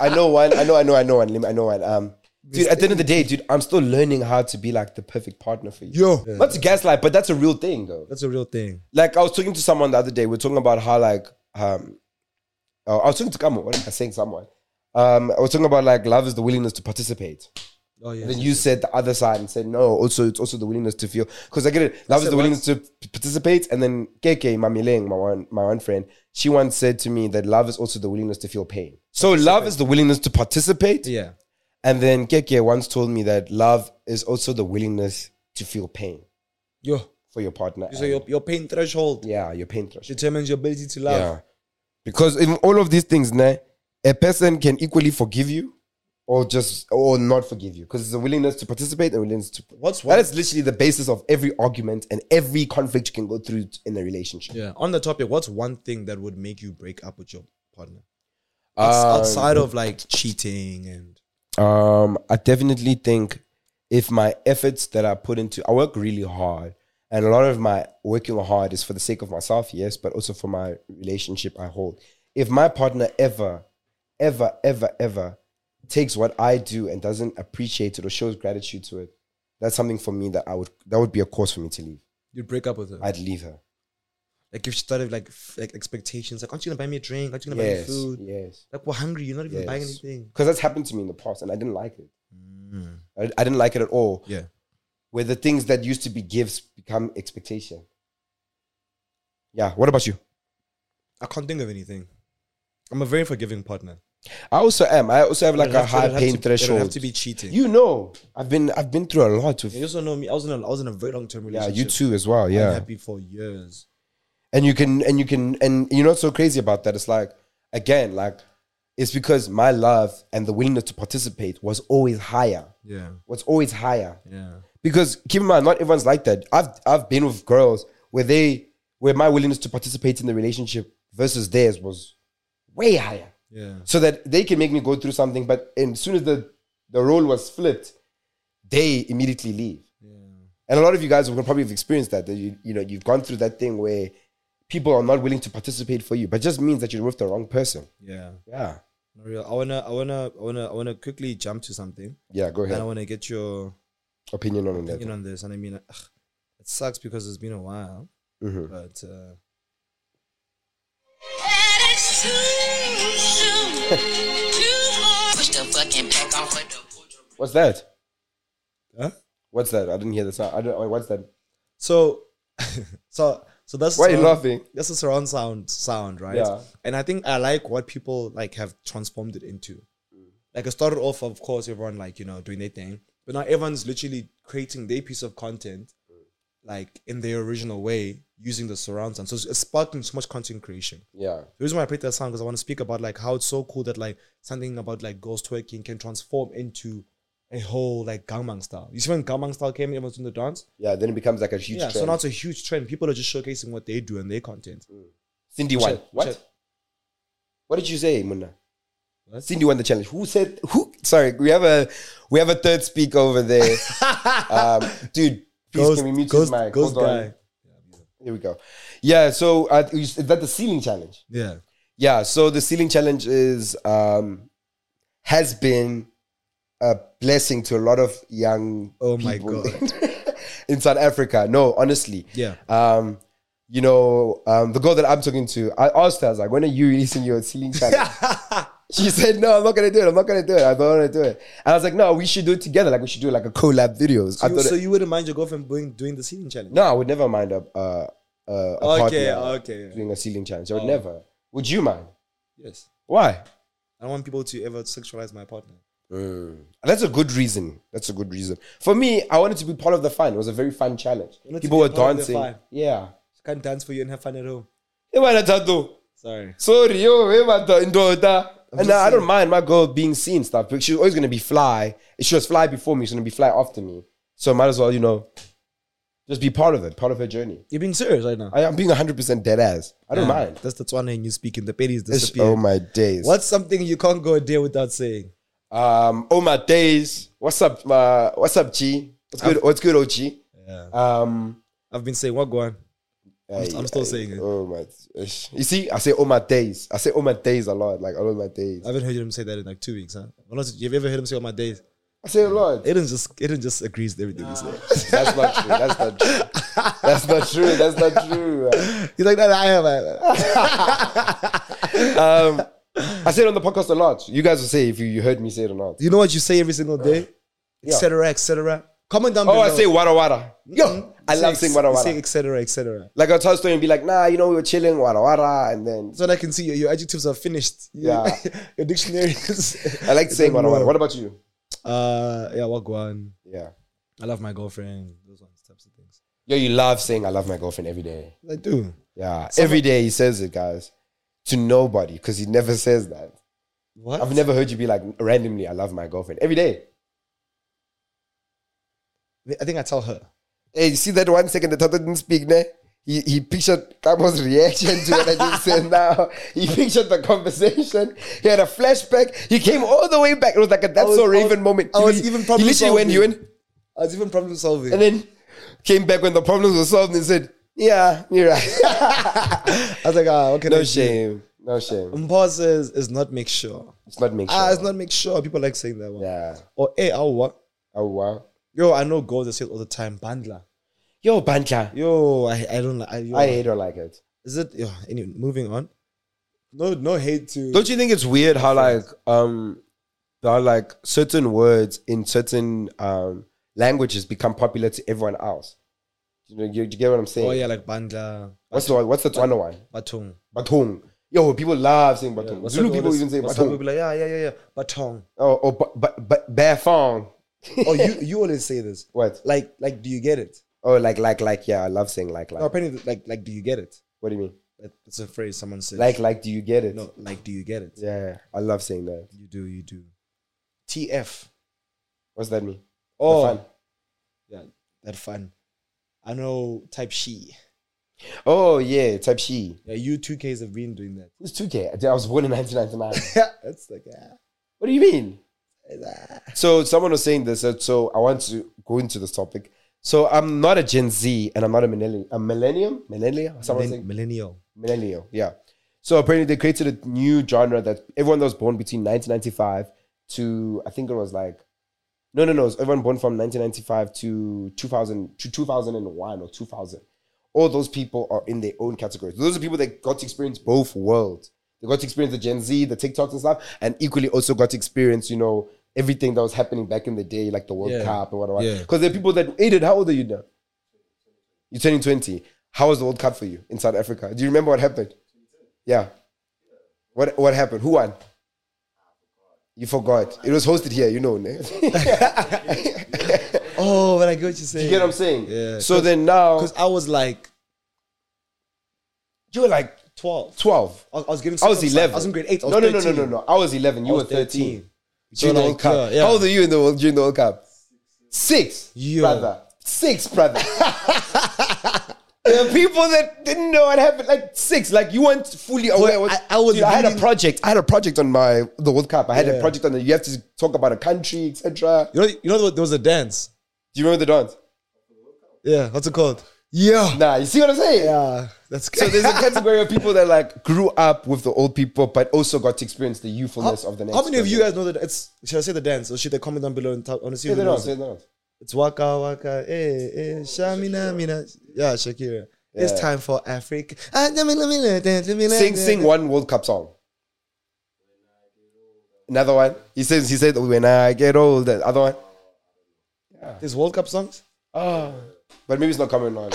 I know one. I know. I know. I know one. Lim- I know one. Um, dude, at the end of the day, dude, I'm still learning how to be like the perfect partner for you. Yo, Oh, Not to gaslight, but that's a real thing, though. that's a real thing. like I was talking to someone the other day. We're talking about how like um, uh, I was talking to someone. What am I saying? Someone. Um, I was talking about like love is the willingness to participate. Oh yeah. And then you said the other side and said no. Also, it's also the willingness to feel because I get it. Love is said the willingness to p- participate. And then KK Mamileng, my one, my one friend, she once said to me that love is also the willingness to feel pain. So love is the willingness to participate. yeah. And then KK once told me that love is also the willingness to feel pain Yo. for your partner. So your, your pain threshold yeah, your pain threshold. determines your ability to love. Yeah. Because in all of these things, ne, a person can equally forgive you or just or not forgive you. Because it's a willingness to participate and willingness to What's that one? is literally the basis of every argument and every conflict you can go through t- in a relationship. Yeah. On the topic, what's one thing that would make you break up with your partner Um, Outs- outside of like cheating and Um, I definitely think if my efforts that I put into, I work really hard, and a lot of my working hard is for the sake of myself, yes, but also for my relationship I hold. If my partner ever, ever, ever, ever takes what I do and doesn't appreciate it or shows gratitude to it, that's something for me that I would that would be a cause for me to leave. you'd break up with her? I'd leave her. like if she started like f- like expectations, like aren't you gonna buy me a drink? Aren't you gonna buy me Yes, food? yes, Like we're hungry. You're not even buying Yes. anything. Mm. because that's happened to me in the past, and I didn't like it. I, I didn't like it at all. Yeah. where the things that used to be gifts become expectation. Yeah. What about you? I can't think of anything. I'm a very forgiving partner. I also am. I also have like It'll a have to- high it'll have pain to- it'll threshold. have to be cheating. you know, I've been I've been through a lot with You also know me. I was in a, I was in a very long term yeah, relationship. you too as well. Yeah. Unhappy for years. And you can and you can and you're not so crazy about that. It's like again, like It's because my love and the willingness to participate was always higher. Yeah. Was always higher. Yeah. Because keep in mind, not everyone's like that. I've I've been with girls where they where my willingness to participate in the relationship versus theirs was way higher. Yeah. So that they can make me go through something, but and as soon as the the role was flipped, they immediately leave. And a lot of you guys will probably have experienced that. That you you know you've gone through that thing where people are not willing to participate for you, but just means that you're with the wrong person. Yeah. Yeah. Not real. I wanna I wanna I wanna I wanna quickly jump to something. Yeah, go And I ahead. wanna get your Opinion on that. opinion on this. And I mean ugh, it sucks because it's been a while. Mm-hmm. But uh Push the fucking back on for the What's that? Huh? What's that? I didn't hear the sound. I don't. wait, What's that? so so so that's Why are you surround- laughing? That's a surround sound sound, right? Yeah. And I think I like what people like have transformed it into. Like it started off, of course, everyone like, you know, doing their thing. But now everyone's literally creating their piece of content like in their original way using the surround sound. So it's- it's sparking so much content creation. Yeah. The reason why I played that song because I want to speak about like how it's so cool that like something about like girls twerking can transform into a whole like gangnam style. You see when gangnam style came, everyone's doing the dance. Yeah. Then it becomes like a huge. yeah, trend. so now it's a huge trend. People are just showcasing what they do and their content. Cindy won. Check, What? check. What did you say, Muna? What? Cindy won the challenge. Who said? Who? Sorry, we have a we have a third speak over there, um, dude. Please Ghost- can we mute ghost- his mic? ghost Hold on. guy. Here we go. Yeah. So uh, is is that the ceiling challenge? Yeah. Yeah, so the ceiling challenge is um has been a blessing to a lot of young Oh my people God. in South Africa. No, honestly. Yeah. Um, you know, um, the girl that I'm talking to, I asked her, I was like, when are you releasing your ceiling challenge? she said, No, I'm not gonna do it, I'm not gonna do it, I don't wanna do it. And I was like, No, we should do it together, like we should do like a collab videos. I You- thought so it- you wouldn't mind your girlfriend doing, doing the ceiling challenge? No, I would never mind a uh a, a Okay, Oh. partner okay. doing a ceiling challenge. I would never. Would you mind? Yes. Why? I don't want people to ever sexualize my partner. Mm. That's a good reason. That's a good reason. For me, I wanted to be part of the fun. It was a very fun challenge. wanted to People were be part of the dancing. fun. Yeah. She can't dance for you and have fun at home. Eh, why not, Tato? Sorry. Sorry, yo, eh, man, ta- ndoda. And just I don't mind my girl being seen stuff, but she's always gonna be fly. She was fly before me. She's gonna be fly after me. So might as well, you know, just be part of it, part of her journey. You're being serious right now. I, am being 100 percent dead ass. I don't mind. That's the Tswana you speak in. The petty is It's- oh disappeared. my days. What's something you can't go a day without saying? Um. Oh my days. What's up? Uh, what's up, G? What's good? What's good, OG? Yeah. Um. I've been saying, what go on? I'm Ay, still ay, saying it. Oh my! ish. You see, I say all my days. I say all my days a lot, like all of my days. I haven't heard him say that in like two weeks, huh? Honestly, you've ever heard him say on my days? I say a lot. Aiden just Aiden just agrees with everything you say. That's not true. That's not true. That's not true. That's not true. He's like, that I have. I have." Um, I say it on the podcast a lot. You guys will say if you, you heard me say it or not. You know what you say every single day? Etc. Etc. Comment down Oh, below. I say wada wada. Yo, I You love Mm-hmm. say saying ex- wada you Say wada. etc. Etc. Like I'll tell a story and be like, nah, you know, we were chilling wada wada, and then So that I can see your, your adjectives are finished. Your- Yeah. your dictionary is. I like saying wada more. wada. What about you? Uh, yeah, Wagwan. Yeah. I love my girlfriend. Those ones types of things. Yo, you love saying I love my girlfriend every day. I do. Yeah, every day he says it, guys, to nobody because he never says that. What? I've never heard you be like randomly, I love my girlfriend every day. I think I tell her. Hey, you see that one second that Tata didn't speak, ne? He, he pictured Kamo's reaction to what I just said now. He pictured the conversation. He had a flashback. He came all the way back. It was like a That's was- So I was- Raven moment. I He- was even he problem literally went, solving. you in, I was even problem solving. and then came back when the problems were solved and said, Yeah, you're right. I was like, ah, okay. no shame. No shame. Mpa says is not make sure. It's not make sure. Ah, it's not make sure. People like saying that one. yeah. Or hey, oh what? Oh, wow. Yo, I know girls that say it all the time. Bandla. Yo, Bantla. Yo, I, I don't like. I, yo, I hate or like it. Is it? Yo, anyway, moving on. No, no hate to. Don't you think it's weird how like um how like certain words in certain um languages become popular to everyone else? You know, you, you get what I'm saying? oh yeah, like bandla, What's the one? What's the Tswana one? batong. Batong. Yo, people love saying batong. What's Zulu that- people what is- even say what's that? People batong. be like, yeah, yeah, yeah, yeah, batong. Oh, or but but but bafong. oh, you you always say this. What? Like like, do you get it? Oh, like like like yeah. I love saying like like. No, apparently, like like, do you get it? What do you mean? It- It's a phrase someone said. Like, like, do you get it? no, like, do you get it? Yeah, I love saying that. You do, you do. TF. What's that mean? Oh, fun. yeah, that fun. I know. Type she. Oh yeah, type she. Yeah, you two Ks have been doing that. Who's 2K? I was born in 1999. Yeah, that's like ah, what do you mean? ah. So someone was saying this, and so I want to go into this topic. So I'm not a Gen Z, and I'm not a millennial. A millennium, millennial. Someone Millen- saying millennial. millennial. Yeah. So apparently they created a new genre that everyone that was born between 1995 to I think it was like no no no it was everyone born from 1995 to 2000 to 2001 or 2000. All those people are in their own categories. Those are people that got to experience both worlds. They got to experience the Gen Z, the TikToks and stuff, and equally also got to experience you know everything that was happening back in the day, like the World Yeah. Cup and whatnot. Yeah. Because there are people that aided. How old are you now? You're turning 20. How was the World Cup for you in South Africa? Do you remember what happened? Yeah. What what happened? Who won? You forgot. It was hosted here, you know. ne? you Oh, but I get what you're saying. get what I'm saying? Yeah. So then now Because I was like you were like 12. 12. I I was giving. I was 11. I was in grade eight. I was no, no, no, 13. no, no, no. I was 11. You I was were 13. 13. So During the like, World Cup. yeah, yeah. How old are you in the World during the World Cup? Six, Yo. brother. Six, brother. the people that didn't know what happened, like six, like you weren't fully aware. what- I- I was Dude, I had a reading- project. I had a project on my the World Cup. I had a Yeah. project on the. You have to talk about a country, etc. You know, you know, there was a dance. Do you remember the dance? Yeah, what's it called? Yeah. Nah, you see what I'm saying? Yeah, that's So there's a category of people that like grew up with the old people, but also got to experience the how, youthfulness of the next. how many of you generation. guys know that? It's should I say the dance or should they comment down below and tell, honestly? Say the dance, say the dance. It's waka waka, eh eh, shamina mina, yeah, Shakira. It's Yeah. time for Africa. Ah, Sing, Sing, sing one World Cup song. Another one. He says, he said, when I get older. Other one. There's World Cup songs. Ah. Oh. But maybe it's not coming on.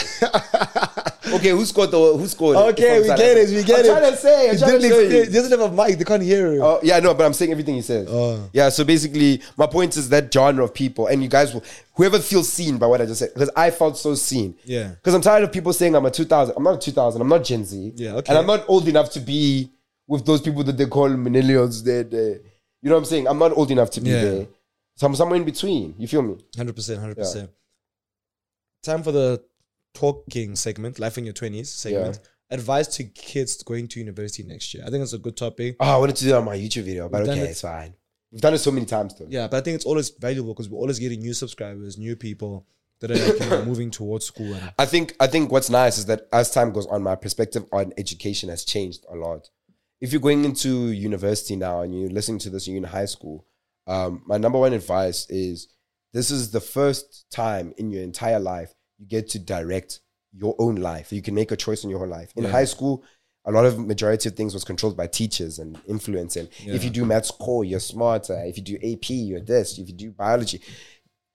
okay, who scored the who scored? it Okay, from we South get it, Africa? we get it. I'm trying to say, I'm He trying to didn't show you. experience- he doesn't have a mic; they can't hear him. Oh yeah, no, but I'm saying everything he says. Oh. Yeah, so basically, my point is that genre of people, and you guys will, whoever feels seen by what I just said, because I felt so seen. Yeah. Because I'm tired of people saying I'm a 2000. I'm not a 2000. I'm not Gen Z. Yeah, okay. And I'm not old enough to be with those people that they call millennials. They, they- you know what I'm saying? I'm not old enough to be Yeah. there. So I'm somewhere in between. You feel me? Hundred percent, hundred percent. Time for the talking segment, life in your twenties segment. Advice to kids going to university next year. I think it's a good topic. Oh, I wanted to do that on my YouTube video, but We've done okay, it. it's fine. We've done it so many times though. Yeah, but I think it's always valuable because we're always getting new subscribers, new people that are like, you know, moving towards school. And I think I think what's nice is that as time goes on, my perspective on education has changed a lot. If you're going into university now and you're listening to this, you're in high school. Um, my number one advice is: this is the first time in your entire life you get to direct your own life. You can make a choice in your whole life. In high school, a lot of majority of things was controlled by teachers and influence. And if you do maths core, you're smarter. If you do AP, you're this. If you do biology,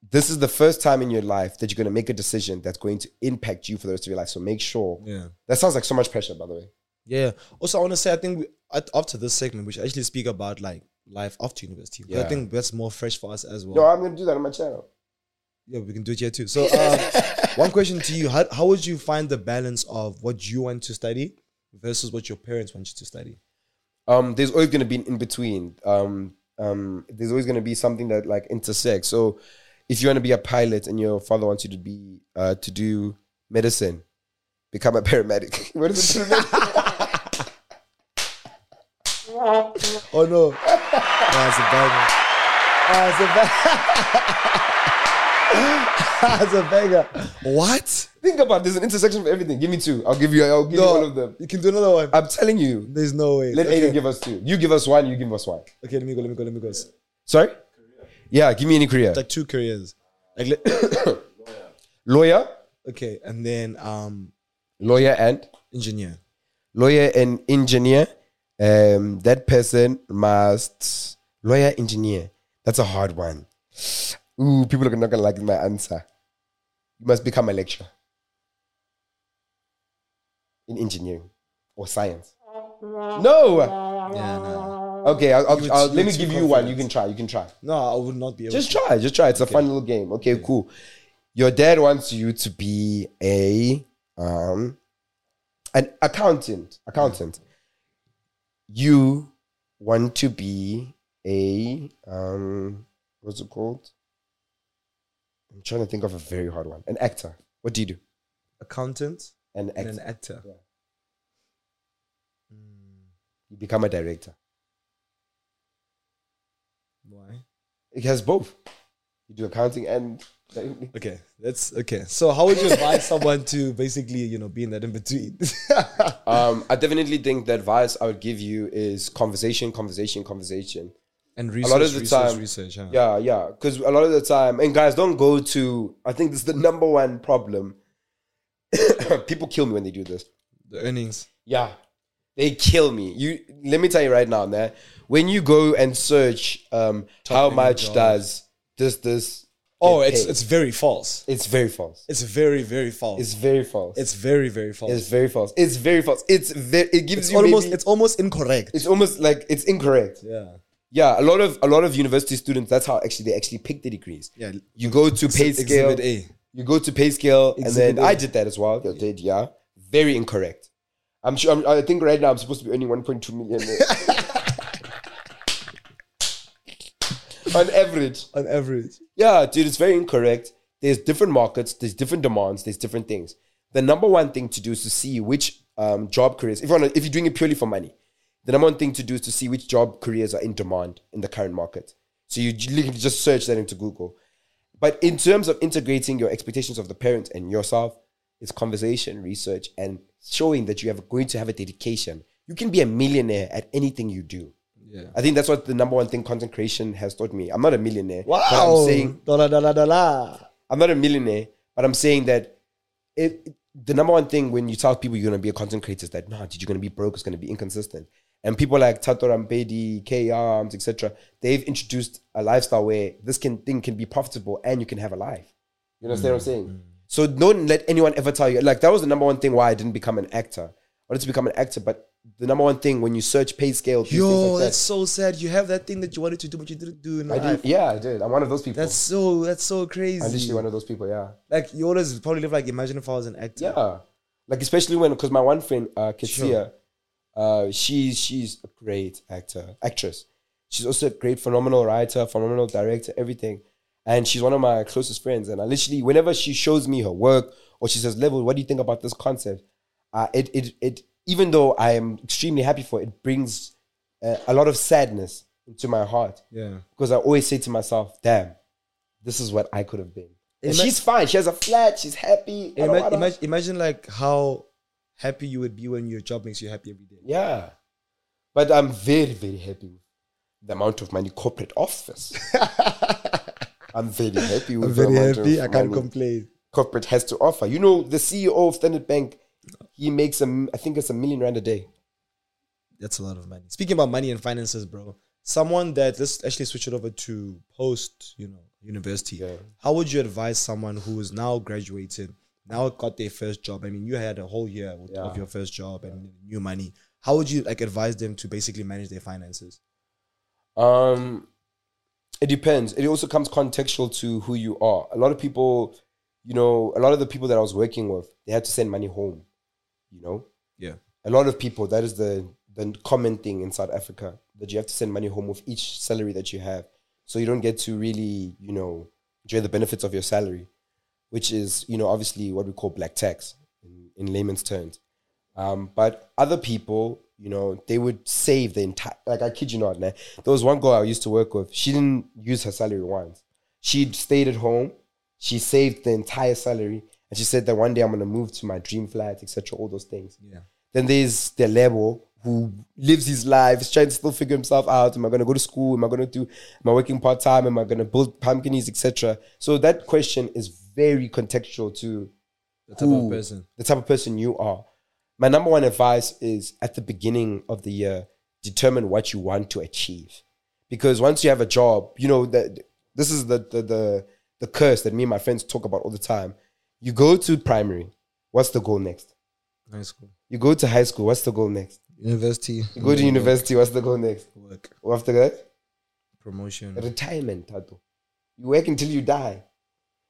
this is the first time in your life that you're going to make a decision that's going to impact you for the rest of your life. So make sure. Yeah. That sounds like so much pressure, by the way. yeah. Also, I want to say I think we, at, after this segment, we should actually speak about like life after university. 'Cause I Yeah. think that's more fresh for us as well. No, I'm going to do that on my channel. Yeah, we can do it here too. So, uh, one question to you: how, how would you find the balance of what you want to study versus what your parents want you to study? Um, there's always going to be an in between. Um, um, there's always going to be something that like intersects. So if you want to be a pilot and your father wants you to be uh, to do medicine, become a paramedic. what is it? Oh no, that's a banger. That's a banger. that's a banger. What? Think about it. there's an intersection for everything. Give me two. I'll give you. I'll give you all of them. You can do another one. I'm telling you. There's no way. Let okay. Aiden give us two. You give us one. You give us one. Okay, let me go. Let me go. Let me go. It's Sorry. Yeah, give me any career. like two careers. Like, let- lawyer, okay, and then um, lawyer and engineer. lawyer and engineer. Um, that person must lawyer engineer. That's a hard one. Ooh, people are not gonna like my answer. You must become a lecturer in engineering or science. No. Yeah, no. Okay, I'll, I'll, You were I'll- too- let me you were give too you one. You confident. can try. You can try. No, I would not be able. Just to. try, just try. It's a fun little game. Okay, cool. Your dad wants you to be a um an accountant, accountant, you want to be a um, what's it called? I'm trying to think of a very hard one. An actor. What do you do? Accountant An and actor. an actor. you become a director. Why? It has both. You do accounting and Okay, that's okay. So, how would you advise someone to basically, you know, be in that in between? um, I definitely think the advice I would give you is conversation, conversation, conversation. and research, a lot of the research, time, research. Huh? yeah, yeah. Because a lot of the time, and guys, don't go to. I think this is the number one problem. People kill me when they do this. The earnings. Yeah, they kill me. You let me tell you right now, man. When you go and search, um, how earning much job. does this this? Oh, get it's paid? it's very false. it's very false. It's very very false. It's It's, very false. very very false. It's very false. It's very false. It's very. It gives It's you almost maybe- it's almost incorrect. it's almost like it's incorrect. yeah. Yeah, a lot of a lot of university students. That's how actually they actually pick the degrees. Yeah. you go to pay Exhibit scale. A. You go to pay scale, Exhibit and then A. I did that as well. I did, yeah. Very incorrect. I'm sure. I'm, I think right now I'm supposed to be earning 1.2 million on average. On average. Yeah, dude, it's very incorrect. There's different markets, there's different demands, there's different things. The number one thing to do is to see which um, job careers, if, you wanna, if you're doing it purely for money, the number one thing to do is to see which job careers are in demand in the current market. So you j- literally just search that into Google. But in terms of integrating your expectations of the parent and yourself, it's conversation, research, and showing that you have going to have a dedication. You can be a millionaire at anything you do. Yeah. I think that's what the number one thing content creation has taught me. I'm not a millionaire. Wow. But I'm saying dollar dollar dollar. I'm not a millionaire, but I'm saying that it, it- the number one thing when you tell people you're gonna be a content creator is that nah, dude, you're gonna be broke, it's gonna be inconsistent. And people like Tato Rampedi, K Arms, etc., they've introduced a lifestyle where this can thing can be profitable and you can have a life. You understand what I'm saying? Mm-hmm. So don't let anyone ever tell you like that was the number one thing why I didn't become an actor. I wanted to become an actor, but the number one thing when you search pay scale, these things Yo, like that's so sad. You have that thing that you wanted to do, but you didn't do. In that. I life. do, yeah, I did. I'm one of those people. That's so that's so crazy. I'm literally one of those people. Yeah. like you always probably live like imagine if I was an actor. Yeah. Like especially when because my one friend uh Katia, uh she's she's a great actor, actress. She's also a great phenomenal writer, phenomenal director, everything. And she's one of my closest friends. And I literally whenever she shows me her work or she says, Level, what do you think about this concept? Uh it it it even though I am extremely happy for it, it brings uh, a lot of sadness into my heart Yeah. because I always say to myself, damn, this is what I could have been. And Ima- she's fine. She has a flat. She's happy. I don't- I Ima- don't- imagine, imagine like how happy you would be when your job makes you happy every day. Yeah. But I'm very, very happy with the amount of money corporate office. I'm very happy with the amount of money complain. corporate has to offer. You know, the CEO of Standard Bank, he makes a, m- I think it's a million rand a day. That's a lot of money. Speaking about money and finances, bro. Someone that let's actually switch it over to post, you know, university. Yeah. How would you advise someone who is now graduated, now got their first job? I mean, you had a whole year with, of Yeah. your first job and new money. How would you like advise them to basically manage their finances? Um, it depends. It also comes contextual to who you are. A lot of people, you know, a lot of the people that I was working with, they had to send money home, you know? Yeah. a lot of people that is the the common thing in South Africa that you have to send money home with each salary that you have so you don't get to really you know enjoy the benefits of your salary which is you know obviously what we call black tax in, in layman's terms um, but other people you know they would save the entire like I kid you not man. there was one girl I used to work with she didn't use her salary once she stayed at home she saved the entire salary and she said that one day I'm gonna move to my dream flat etc all those things Yeah. then there's the Lebo who lives his life, is trying to still figure himself out. Am I gonna go to school? Am I gonna do am I working part-time? Am I gonna build pumpkins, etc.? So that question is very contextual to The type of who- person. the type of person you are. My number one advice is at the beginning of the year, determine what you want to achieve. Because once you have a job, you know that this is the the the, the curse that me and my friends talk about all the time. You go to primary, what's the goal next? High school. You go to high school, what's the goal next? University. You go to university, what's the goal next? Work. After that, Promotion. retirement, Tato. You work until you die.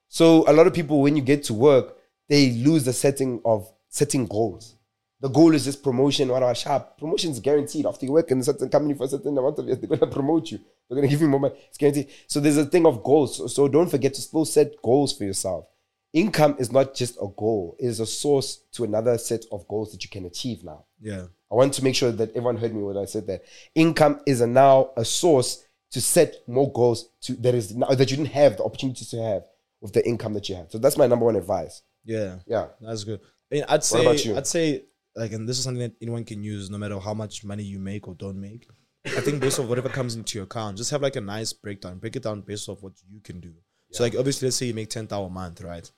So a lot of people, when you get to work, they lose the setting of setting goals. The goal is just promotion. What our shop promotion is guaranteed. After you work in a certain company for a certain amount of years, they're gonna promote you. They're gonna give you more money. It's guaranteed. So there's a thing of goals. So, so don't forget to still set goals for yourself. Income is not just a goal; it is a source to another set of goals that you can achieve now. Yeah. I want to make sure that everyone heard me when I said that. Income is a now a source to set more goals to that is now that you didn't have the opportunity to have with the income that you have. So that's my number one advice. Yeah. Yeah. That's good. I mean, I'd say, about you? I'd say, like, and this is something that anyone can use, no matter how much money you make or don't make. I think based off whatever comes into your account, just have like a nice breakdown. Break it down based off what you can do. So, like, obviously, let's say you make ten thousand a month, right?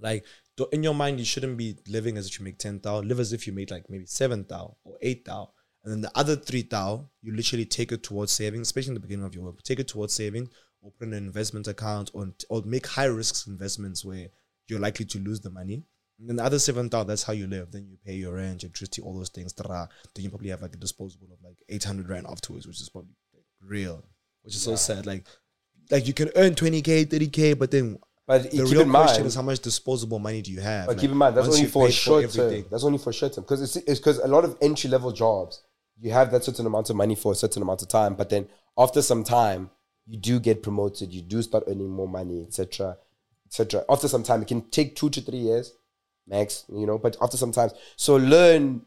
Like, do- in your mind, you shouldn't be living as if you make ten thousand. Live as if you made like maybe seven thousand or eight thousand, and then the other three thousand, you literally take it towards saving, especially in the beginning of your work. Take it towards saving, or put in an investment account, or or make high risk investments where you're likely to lose the money. And then the other seven thousand, that's how you live. Then you pay your rent, electricity, all those things. ta-ra. Then you probably have like a disposable of like eight hundred rand afterwards, which is probably like, real, which is so sad. Like, like you can earn twenty k, thirty k, but then But the keep real in question mind- is how much disposable money do you have? But Like, keep in mind that's once only you've for paid short term. That's only for short term because it's it's because a lot of entry level jobs you have that certain amount of money for a certain amount of time, but then after some time you do get promoted, you do start earning more money, etc., etc. After some time, it can take two to three years max, you know. But after some time, so learn,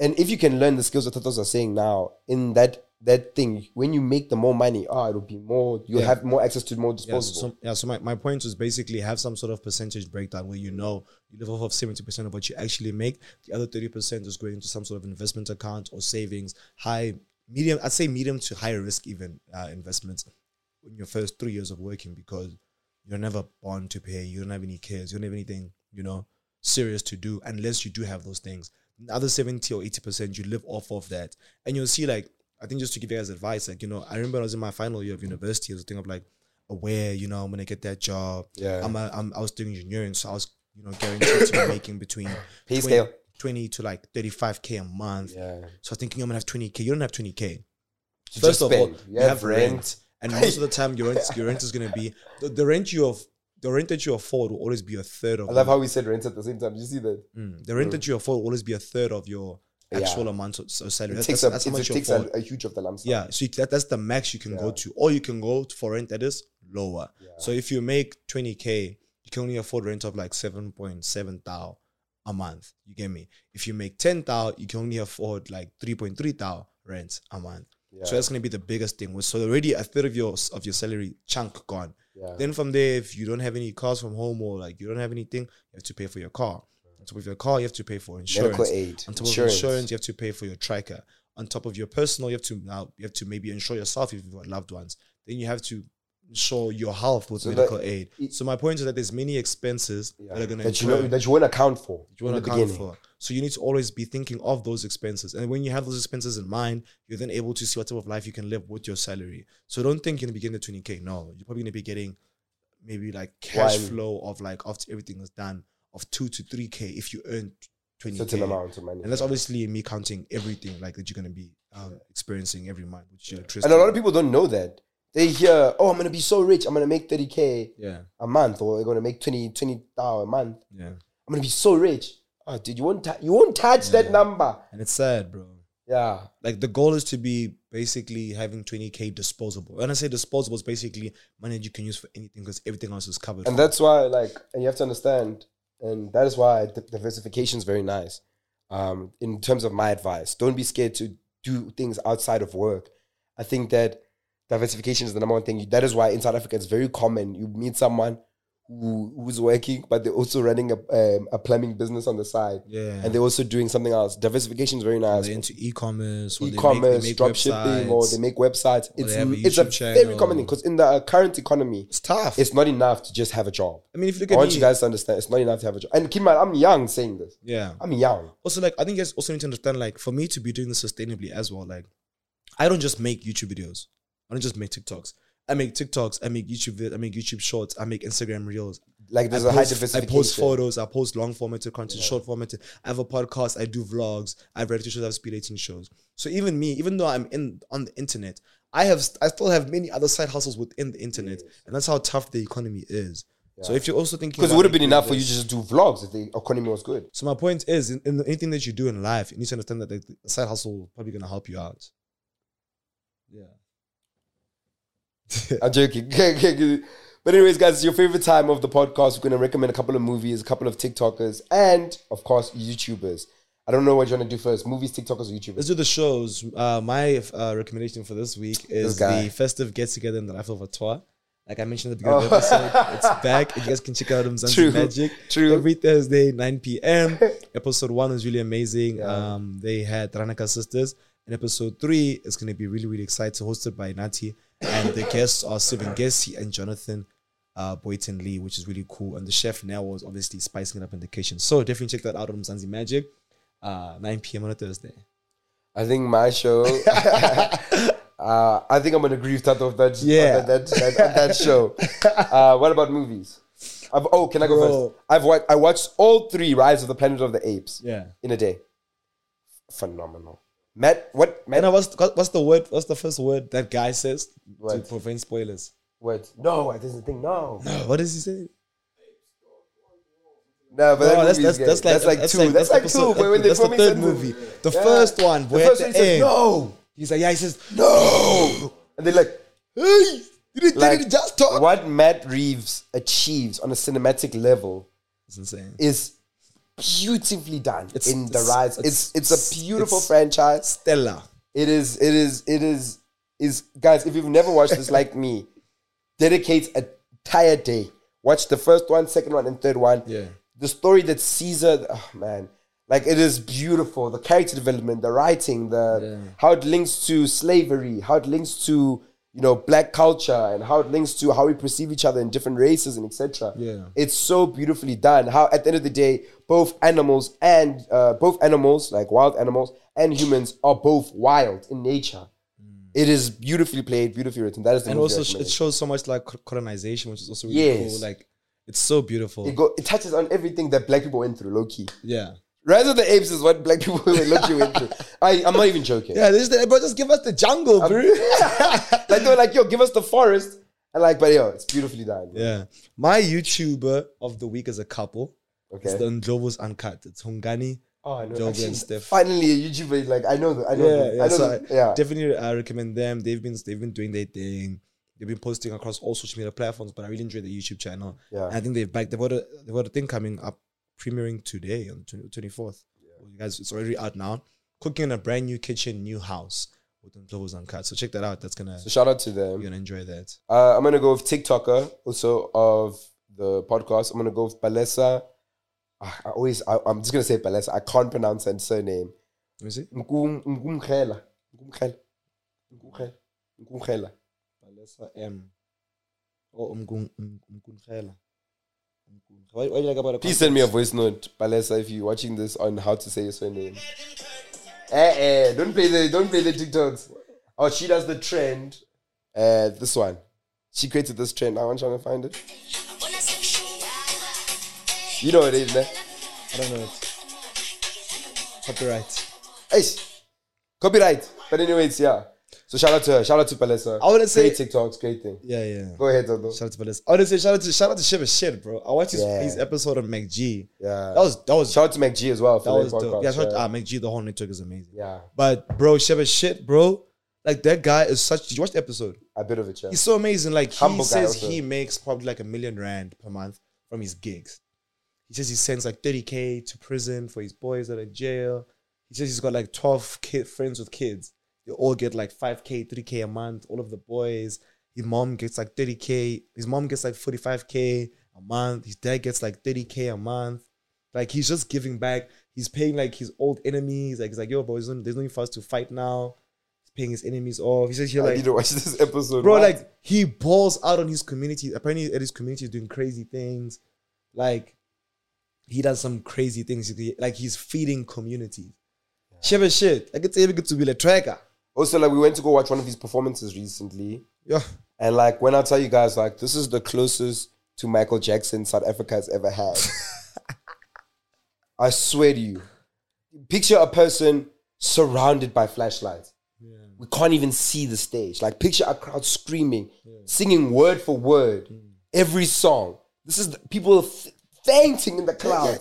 and if you can learn the skills that Tatos are saying now in that that thing, when you make the more money, ah, it'll be more. You'll Yeah. have more access to more Yeah, disposable. so, yeah, so my, my point was basically have some sort of percentage breakdown where you know you live off of 70% of what you actually make. The other 30% is going into some sort of investment account or savings, high, medium, I'd say medium to high risk even uh, investments in your first three years of working because you're never born to pay. You don't have any kids. You don't have anything, you know, serious to do unless you do have those things. The other 70 or 80%, you live off of that. And you'll see, like, I think just to give you guys advice, like, you know, I remember I was in my final year of university. It was a thing of like, aware, you know, I'm going to get that job. Yeah. I'm, a, I'm, I was doing engineering. So I was, you know, guaranteed to be making between Pay 20, scale. 20 to like 35K a month. yeah, So I was thinking I'm going to have 20K. You don't have 20K. You First just of all, spend. you have rent, and most of the time your rent, your rent is going to be the, the rent you have. The rent that you afford will always be a third of. I love how we said rent at the same time. Did you see that? Mm. the rent that you afford will always be a third of your actual amount of, of salary. It That's, takes, that's, a, that's it how much you takes afford. a, a huge of the lump sum. yeah, so you, that, that's the max you can go to, or you can go for rent that is lower. So if you make twenty k, you can only afford rent of like seven point seven thou a month. You get me? If you make ten thou, you can only afford like three point three thou rent a month. So that's gonna be the biggest thing. So already a third of your of your salary chunk gone. Yeah. Then from there, if you don't have any cars from home or like you don't have anything, you have to pay for your car. On top of your car, you have to pay for insurance. aid, On top insurance. of insurance, you have to pay for your tracker. On top of your personal, you have to now you have to maybe insure yourself if you've got loved ones. Then you have to insure your health with that- medical aid. so my point is that there's many expenses that are gonna that you incur know, that you won't account for. you want in to the account beginning. for. So you need to always be thinking of those expenses. And when you have those expenses in mind, you're then able to see what type of life you can live with your salary. So don't think you're gonna be getting the 20k. No, you're probably gonna be getting maybe like cash One. flow of like after everything is done of two to three k if you earn 20k. certain amount of money. And that's obviously me counting everything like that you're gonna be um, experiencing every month, which is And a lot of people don't know that. They hear, oh, I'm going to be so rich. I'm going to make 30K yeah, a month or I'm going to make 20, 20 thou a month. yeah, I'm going to be so rich. Oh, dude, you won't, tou- you won't touch that number. and it's sad, bro. Yeah. like the goal is to be basically having 20k disposable. When I say disposable, it's basically money that you can use for anything because everything else is covered. And that's why, like, and you have to understand, and that is why d- diversification is very nice. Um, in terms of my advice, don't be scared to do things outside of work. I think that diversification is the number one thing. That is why in South Africa it's very common. You meet someone who who's working, but they're also running a um, a plumbing business on the side, Yeah. and they're also doing something else. Diversification is very nice. they're into e-commerce, or they make- E-commerce, they make drop shipping, or websites. they make websites. It's have a it's a YouTube very common channel. thing because in the current economy, it's tough. it's not enough to just have a job. I mean, if you look I at want me, you guys to understand it's not enough to have a job. And keep in mind, I'm young saying this. yeah. I'm young. Also, like I think you guys also need to understand, like for me to be doing this sustainably as well, like I don't just make YouTube videos. I don't just make TikToks. I make TikToks. I make YouTube. vid- I make YouTube Shorts. I make Instagram Reels. Like there's I a high post, I diversification. post photos, I post long formatted content, short formatted. I have a podcast, I do vlogs, I have reality shows, I have speed dating shows. So even me, even though I'm in on the internet, I have I still have many other side hustles within the internet, and that's how tough the economy is. So if you're also thinking Because it about would have been making enough for this- you to just do vlogs if the economy was good. So my point is, in, in anything that you do in life, you need to understand that the the side hustle probably gonna help you out. Yeah. I'm joking. but anyways, guys, it's your favorite time of the podcast. We're gonna recommend a couple of movies, a couple of TikTokers, and of course YouTubers. I don't know what you wanna do first. Movies, TikTokers, or YouTubers. Let's do the shows. Uh, my uh, recommendation for this week is guy. the festive get together in the life of a tour. Like I mentioned at the beginning of the episode, it's back. And you guys can check out Mzanzi Oh. True, Magic true. every Thursday, 9 p.m. episode one was really amazing. Um, they had Ranaka Sisters. And episode three is going to be really, really exciting, hosted by Nati. And the guests are Sylvan Gessi and Jonathan uh, Boyton Lee, which is really cool. And the chef now was obviously spicing it up in the kitchen. So definitely check that out on Mzanzi Magic, uh, 9 p.m. on a Thursday. I think my show. uh, I think I'm gonna agree with that of that. Yeah. of that, that, that, that show. Uh, what about movies? I've, oh, can I go Bro. first? I've watched. I watched all three Rise of the Planet of the Apes. Yeah. In a day. Phenomenal. Matt, what? Matt, And what's what's the word? What's the first word that guy says to What? prevent spoilers? what? No, I doesn't think no. No, what does he say? No, but that No, that's, movie is that's, gay. that's like that's like two. that's like two. But when they that's put me the third in movie. The first one, The where first at one the he says end, no, he's like, yeah, he says, no, and they're like, hey, you didn't, you didn't just talk. What Matt Reeves achieves on a cinematic level It's insane. is beautifully done It's- in the it's- rise. It's it's- it's a beautiful it's- franchise. Stella. It is it is it is is guys. If you've never watched this, like me, dedicate a entire day. Watch the first one, second one, and third one. Yeah. The story that Caesar, oh man, like it is beautiful. The character development, the writing, the Yeah. how it links to slavery, how it links to you know black culture, and how it links to how we perceive each other in different races and etc. Yeah. it's so beautifully done. How at the end of the day, both animals and uh, both animals, like wild animals and humans, are both wild in nature. It is beautifully played, beautifully written. That is the Mm. And movie I also, sh- it recommend. shows so much like co- colonization, which is also really Yes. cool. Like, it's so beautiful. it, go, it touches on everything that black people went through, low key. yeah. Rise of the Apes is what black people were looking into. I, I'm not even joking. Yeah, this is, bro, just give us the jungle, bro. Like they were like, yo, give us the forest. And like, but yo, it's beautifully done. Yeah. My YouTuber of the week is a couple. It's the Okay. Ndlovu's Uncut. It's Hungani. Oh, I know. Joby Actually, and Steph. Finally, a YouTuber. Like, I know. The, I know. yeah, the, yeah. I know. so the- I yeah. definitely I recommend them. They've been they've been doing their thing. They've been posting across all social media platforms, but I really enjoy the YouTube channel. Yeah. And I think they've back they've got a they've got a thing coming up premiering today on the twenty fourth. You guys, it's already out now. Cooking in a brand new kitchen, new house with Ndlovu's Uncut. So check that out. That's gonna so shout out to them. you're gonna enjoy that. Uh, I'm gonna go with TikToker also of the podcast. I'm gonna go with Balesa. Ah, I always. I, I'm just gonna say Balesa. I can't pronounce her surname. Let me see. Nkum- Nkumkhela. Nkumkhela. Nkumkhela. Nkumkhela. Palesa M. Oh, Mgun- M- Mgunkhela. Mgun- Why why you like about a Please concept? send me a voice note, Palesa, if you're watching this on how to say your surname. Eh, eh, don't play the don't play the TikToks. Oh, she does the trend. Uh, this one, she created this trend. I want you to find it. You know what it is, eh? man. I don't know it. Copyright. Hey, copyright. But anyways, yeah. So shout out to her. Shout out to Palesa. I wouldn't say- great TikToks, great thing. Yeah, yeah. Go ahead, Dodo. Shout out to Palace. Honestly, shout out to shout out to Shiva Shit, bro. I watched his, Yeah. his episode of MacG. Yeah. That was that was Shout out to MacG as well for that the was podcast. dope. Yeah, shout out to yeah. ah, MacG. The whole network is amazing. Yeah, But bro, Shiva Shit, bro. Like that guy is such. Did you watch the episode? a bit of a chat. He's so amazing. Like he Humble guy says also. he makes probably like a million rand per month from his gigs. He says he sends like 30k to prison for his boys that are in jail. He says he's got like 12 kid friends with kids. They all get like 5k, 3k a month. All of the boys. His mom gets like 30k. His mom gets like 45k a month. His dad gets like 30k a month. Like he's just giving back. He's paying like his old enemies. Like he's like, yo, bro, there's no there's no need for us to fight now. He's paying his enemies off. He says here I like need to watch this episode, bro What? like he balls out on his community apparently at his community is doing crazy things like he does some crazy things like he's feeding communities Sheba shit like it's even good to be a tracker Also, like we went to go watch one of his performances recently, yeah and like when I tell you guys, like this is the closest to Michael Jackson South Africa has ever had. I swear to you, picture a person surrounded by flashlights. We can't even see the stage. Like picture a crowd screaming, singing word for word every song. This is the, people f- fainting in the crowd.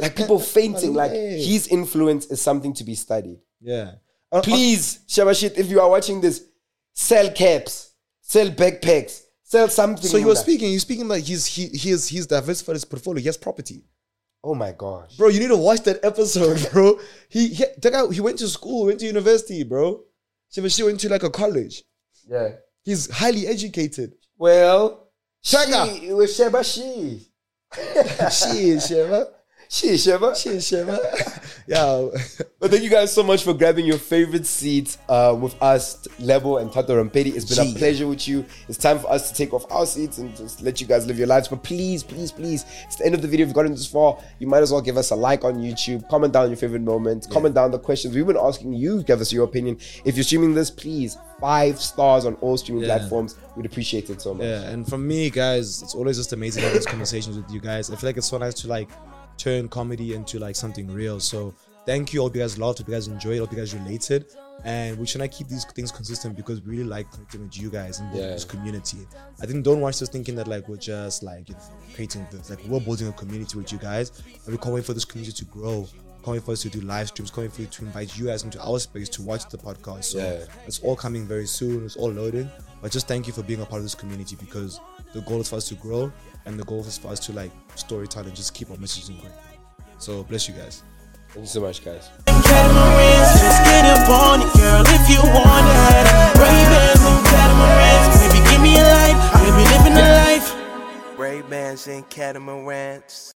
Like people fainting. Like his influence is something to be studied. yeah. Uh, uh, Please, Shabashit, if you are watching this, sell caps, sell backpacks, sell something. So you in were that. speaking. You're speaking like he's he he is he's diversified his portfolio. He has property, Oh my gosh. bro. You need to watch that episode, bro. He he, the guy, he went to school, went to university, bro. So she went to like a college. Yeah. He's highly educated. Well, Shaka. she was Shabashi. she is Sheva. She is Sheba. She is Sheva. yeah. But thank you guys so much for grabbing your favorite seats uh, with us, Lebo and Tato Rampedi. It's been a Gee. pleasure with you. It's time for us to take off our seats and just let you guys live your lives. But please, please, please, it's the end of the video. If you've gotten this far, you might as well give us a like on YouTube, comment down your favorite moments, comment down the questions. We've been asking you, give us your opinion. If you're streaming this, please, five stars on all streaming Yeah. platforms. We'd appreciate it so much. Yeah, and from me, guys, it's always just amazing having these conversations with you guys. I feel like it's so nice to like turn comedy into like something real. So thank you. Hope you guys loved. Hope you guys enjoyed. Hope you guys related. And we should not keep these things consistent because we really like connecting with you guys and building Yeah. this community. I think don't watch this thinking that like we're just like you know, creating this. Like we're building a community with you guys, and we can't wait for this community to grow. Can't wait for us to do live streams. Can't wait for you to invite you guys into our space to watch the podcast. So Yeah. it's all coming very soon. It's all loading. But just thank you for being a part of this community because the goal is for us to grow and the goal is for us to like story tell and just keep our messaging going. So bless you guys. Thank you so much, guys. Catamarans, let's get up on it, girl, if you want it. Ray-Bans and catamarans, baby, give me a life. Baby, living a life. Ray-Bans and catamarans.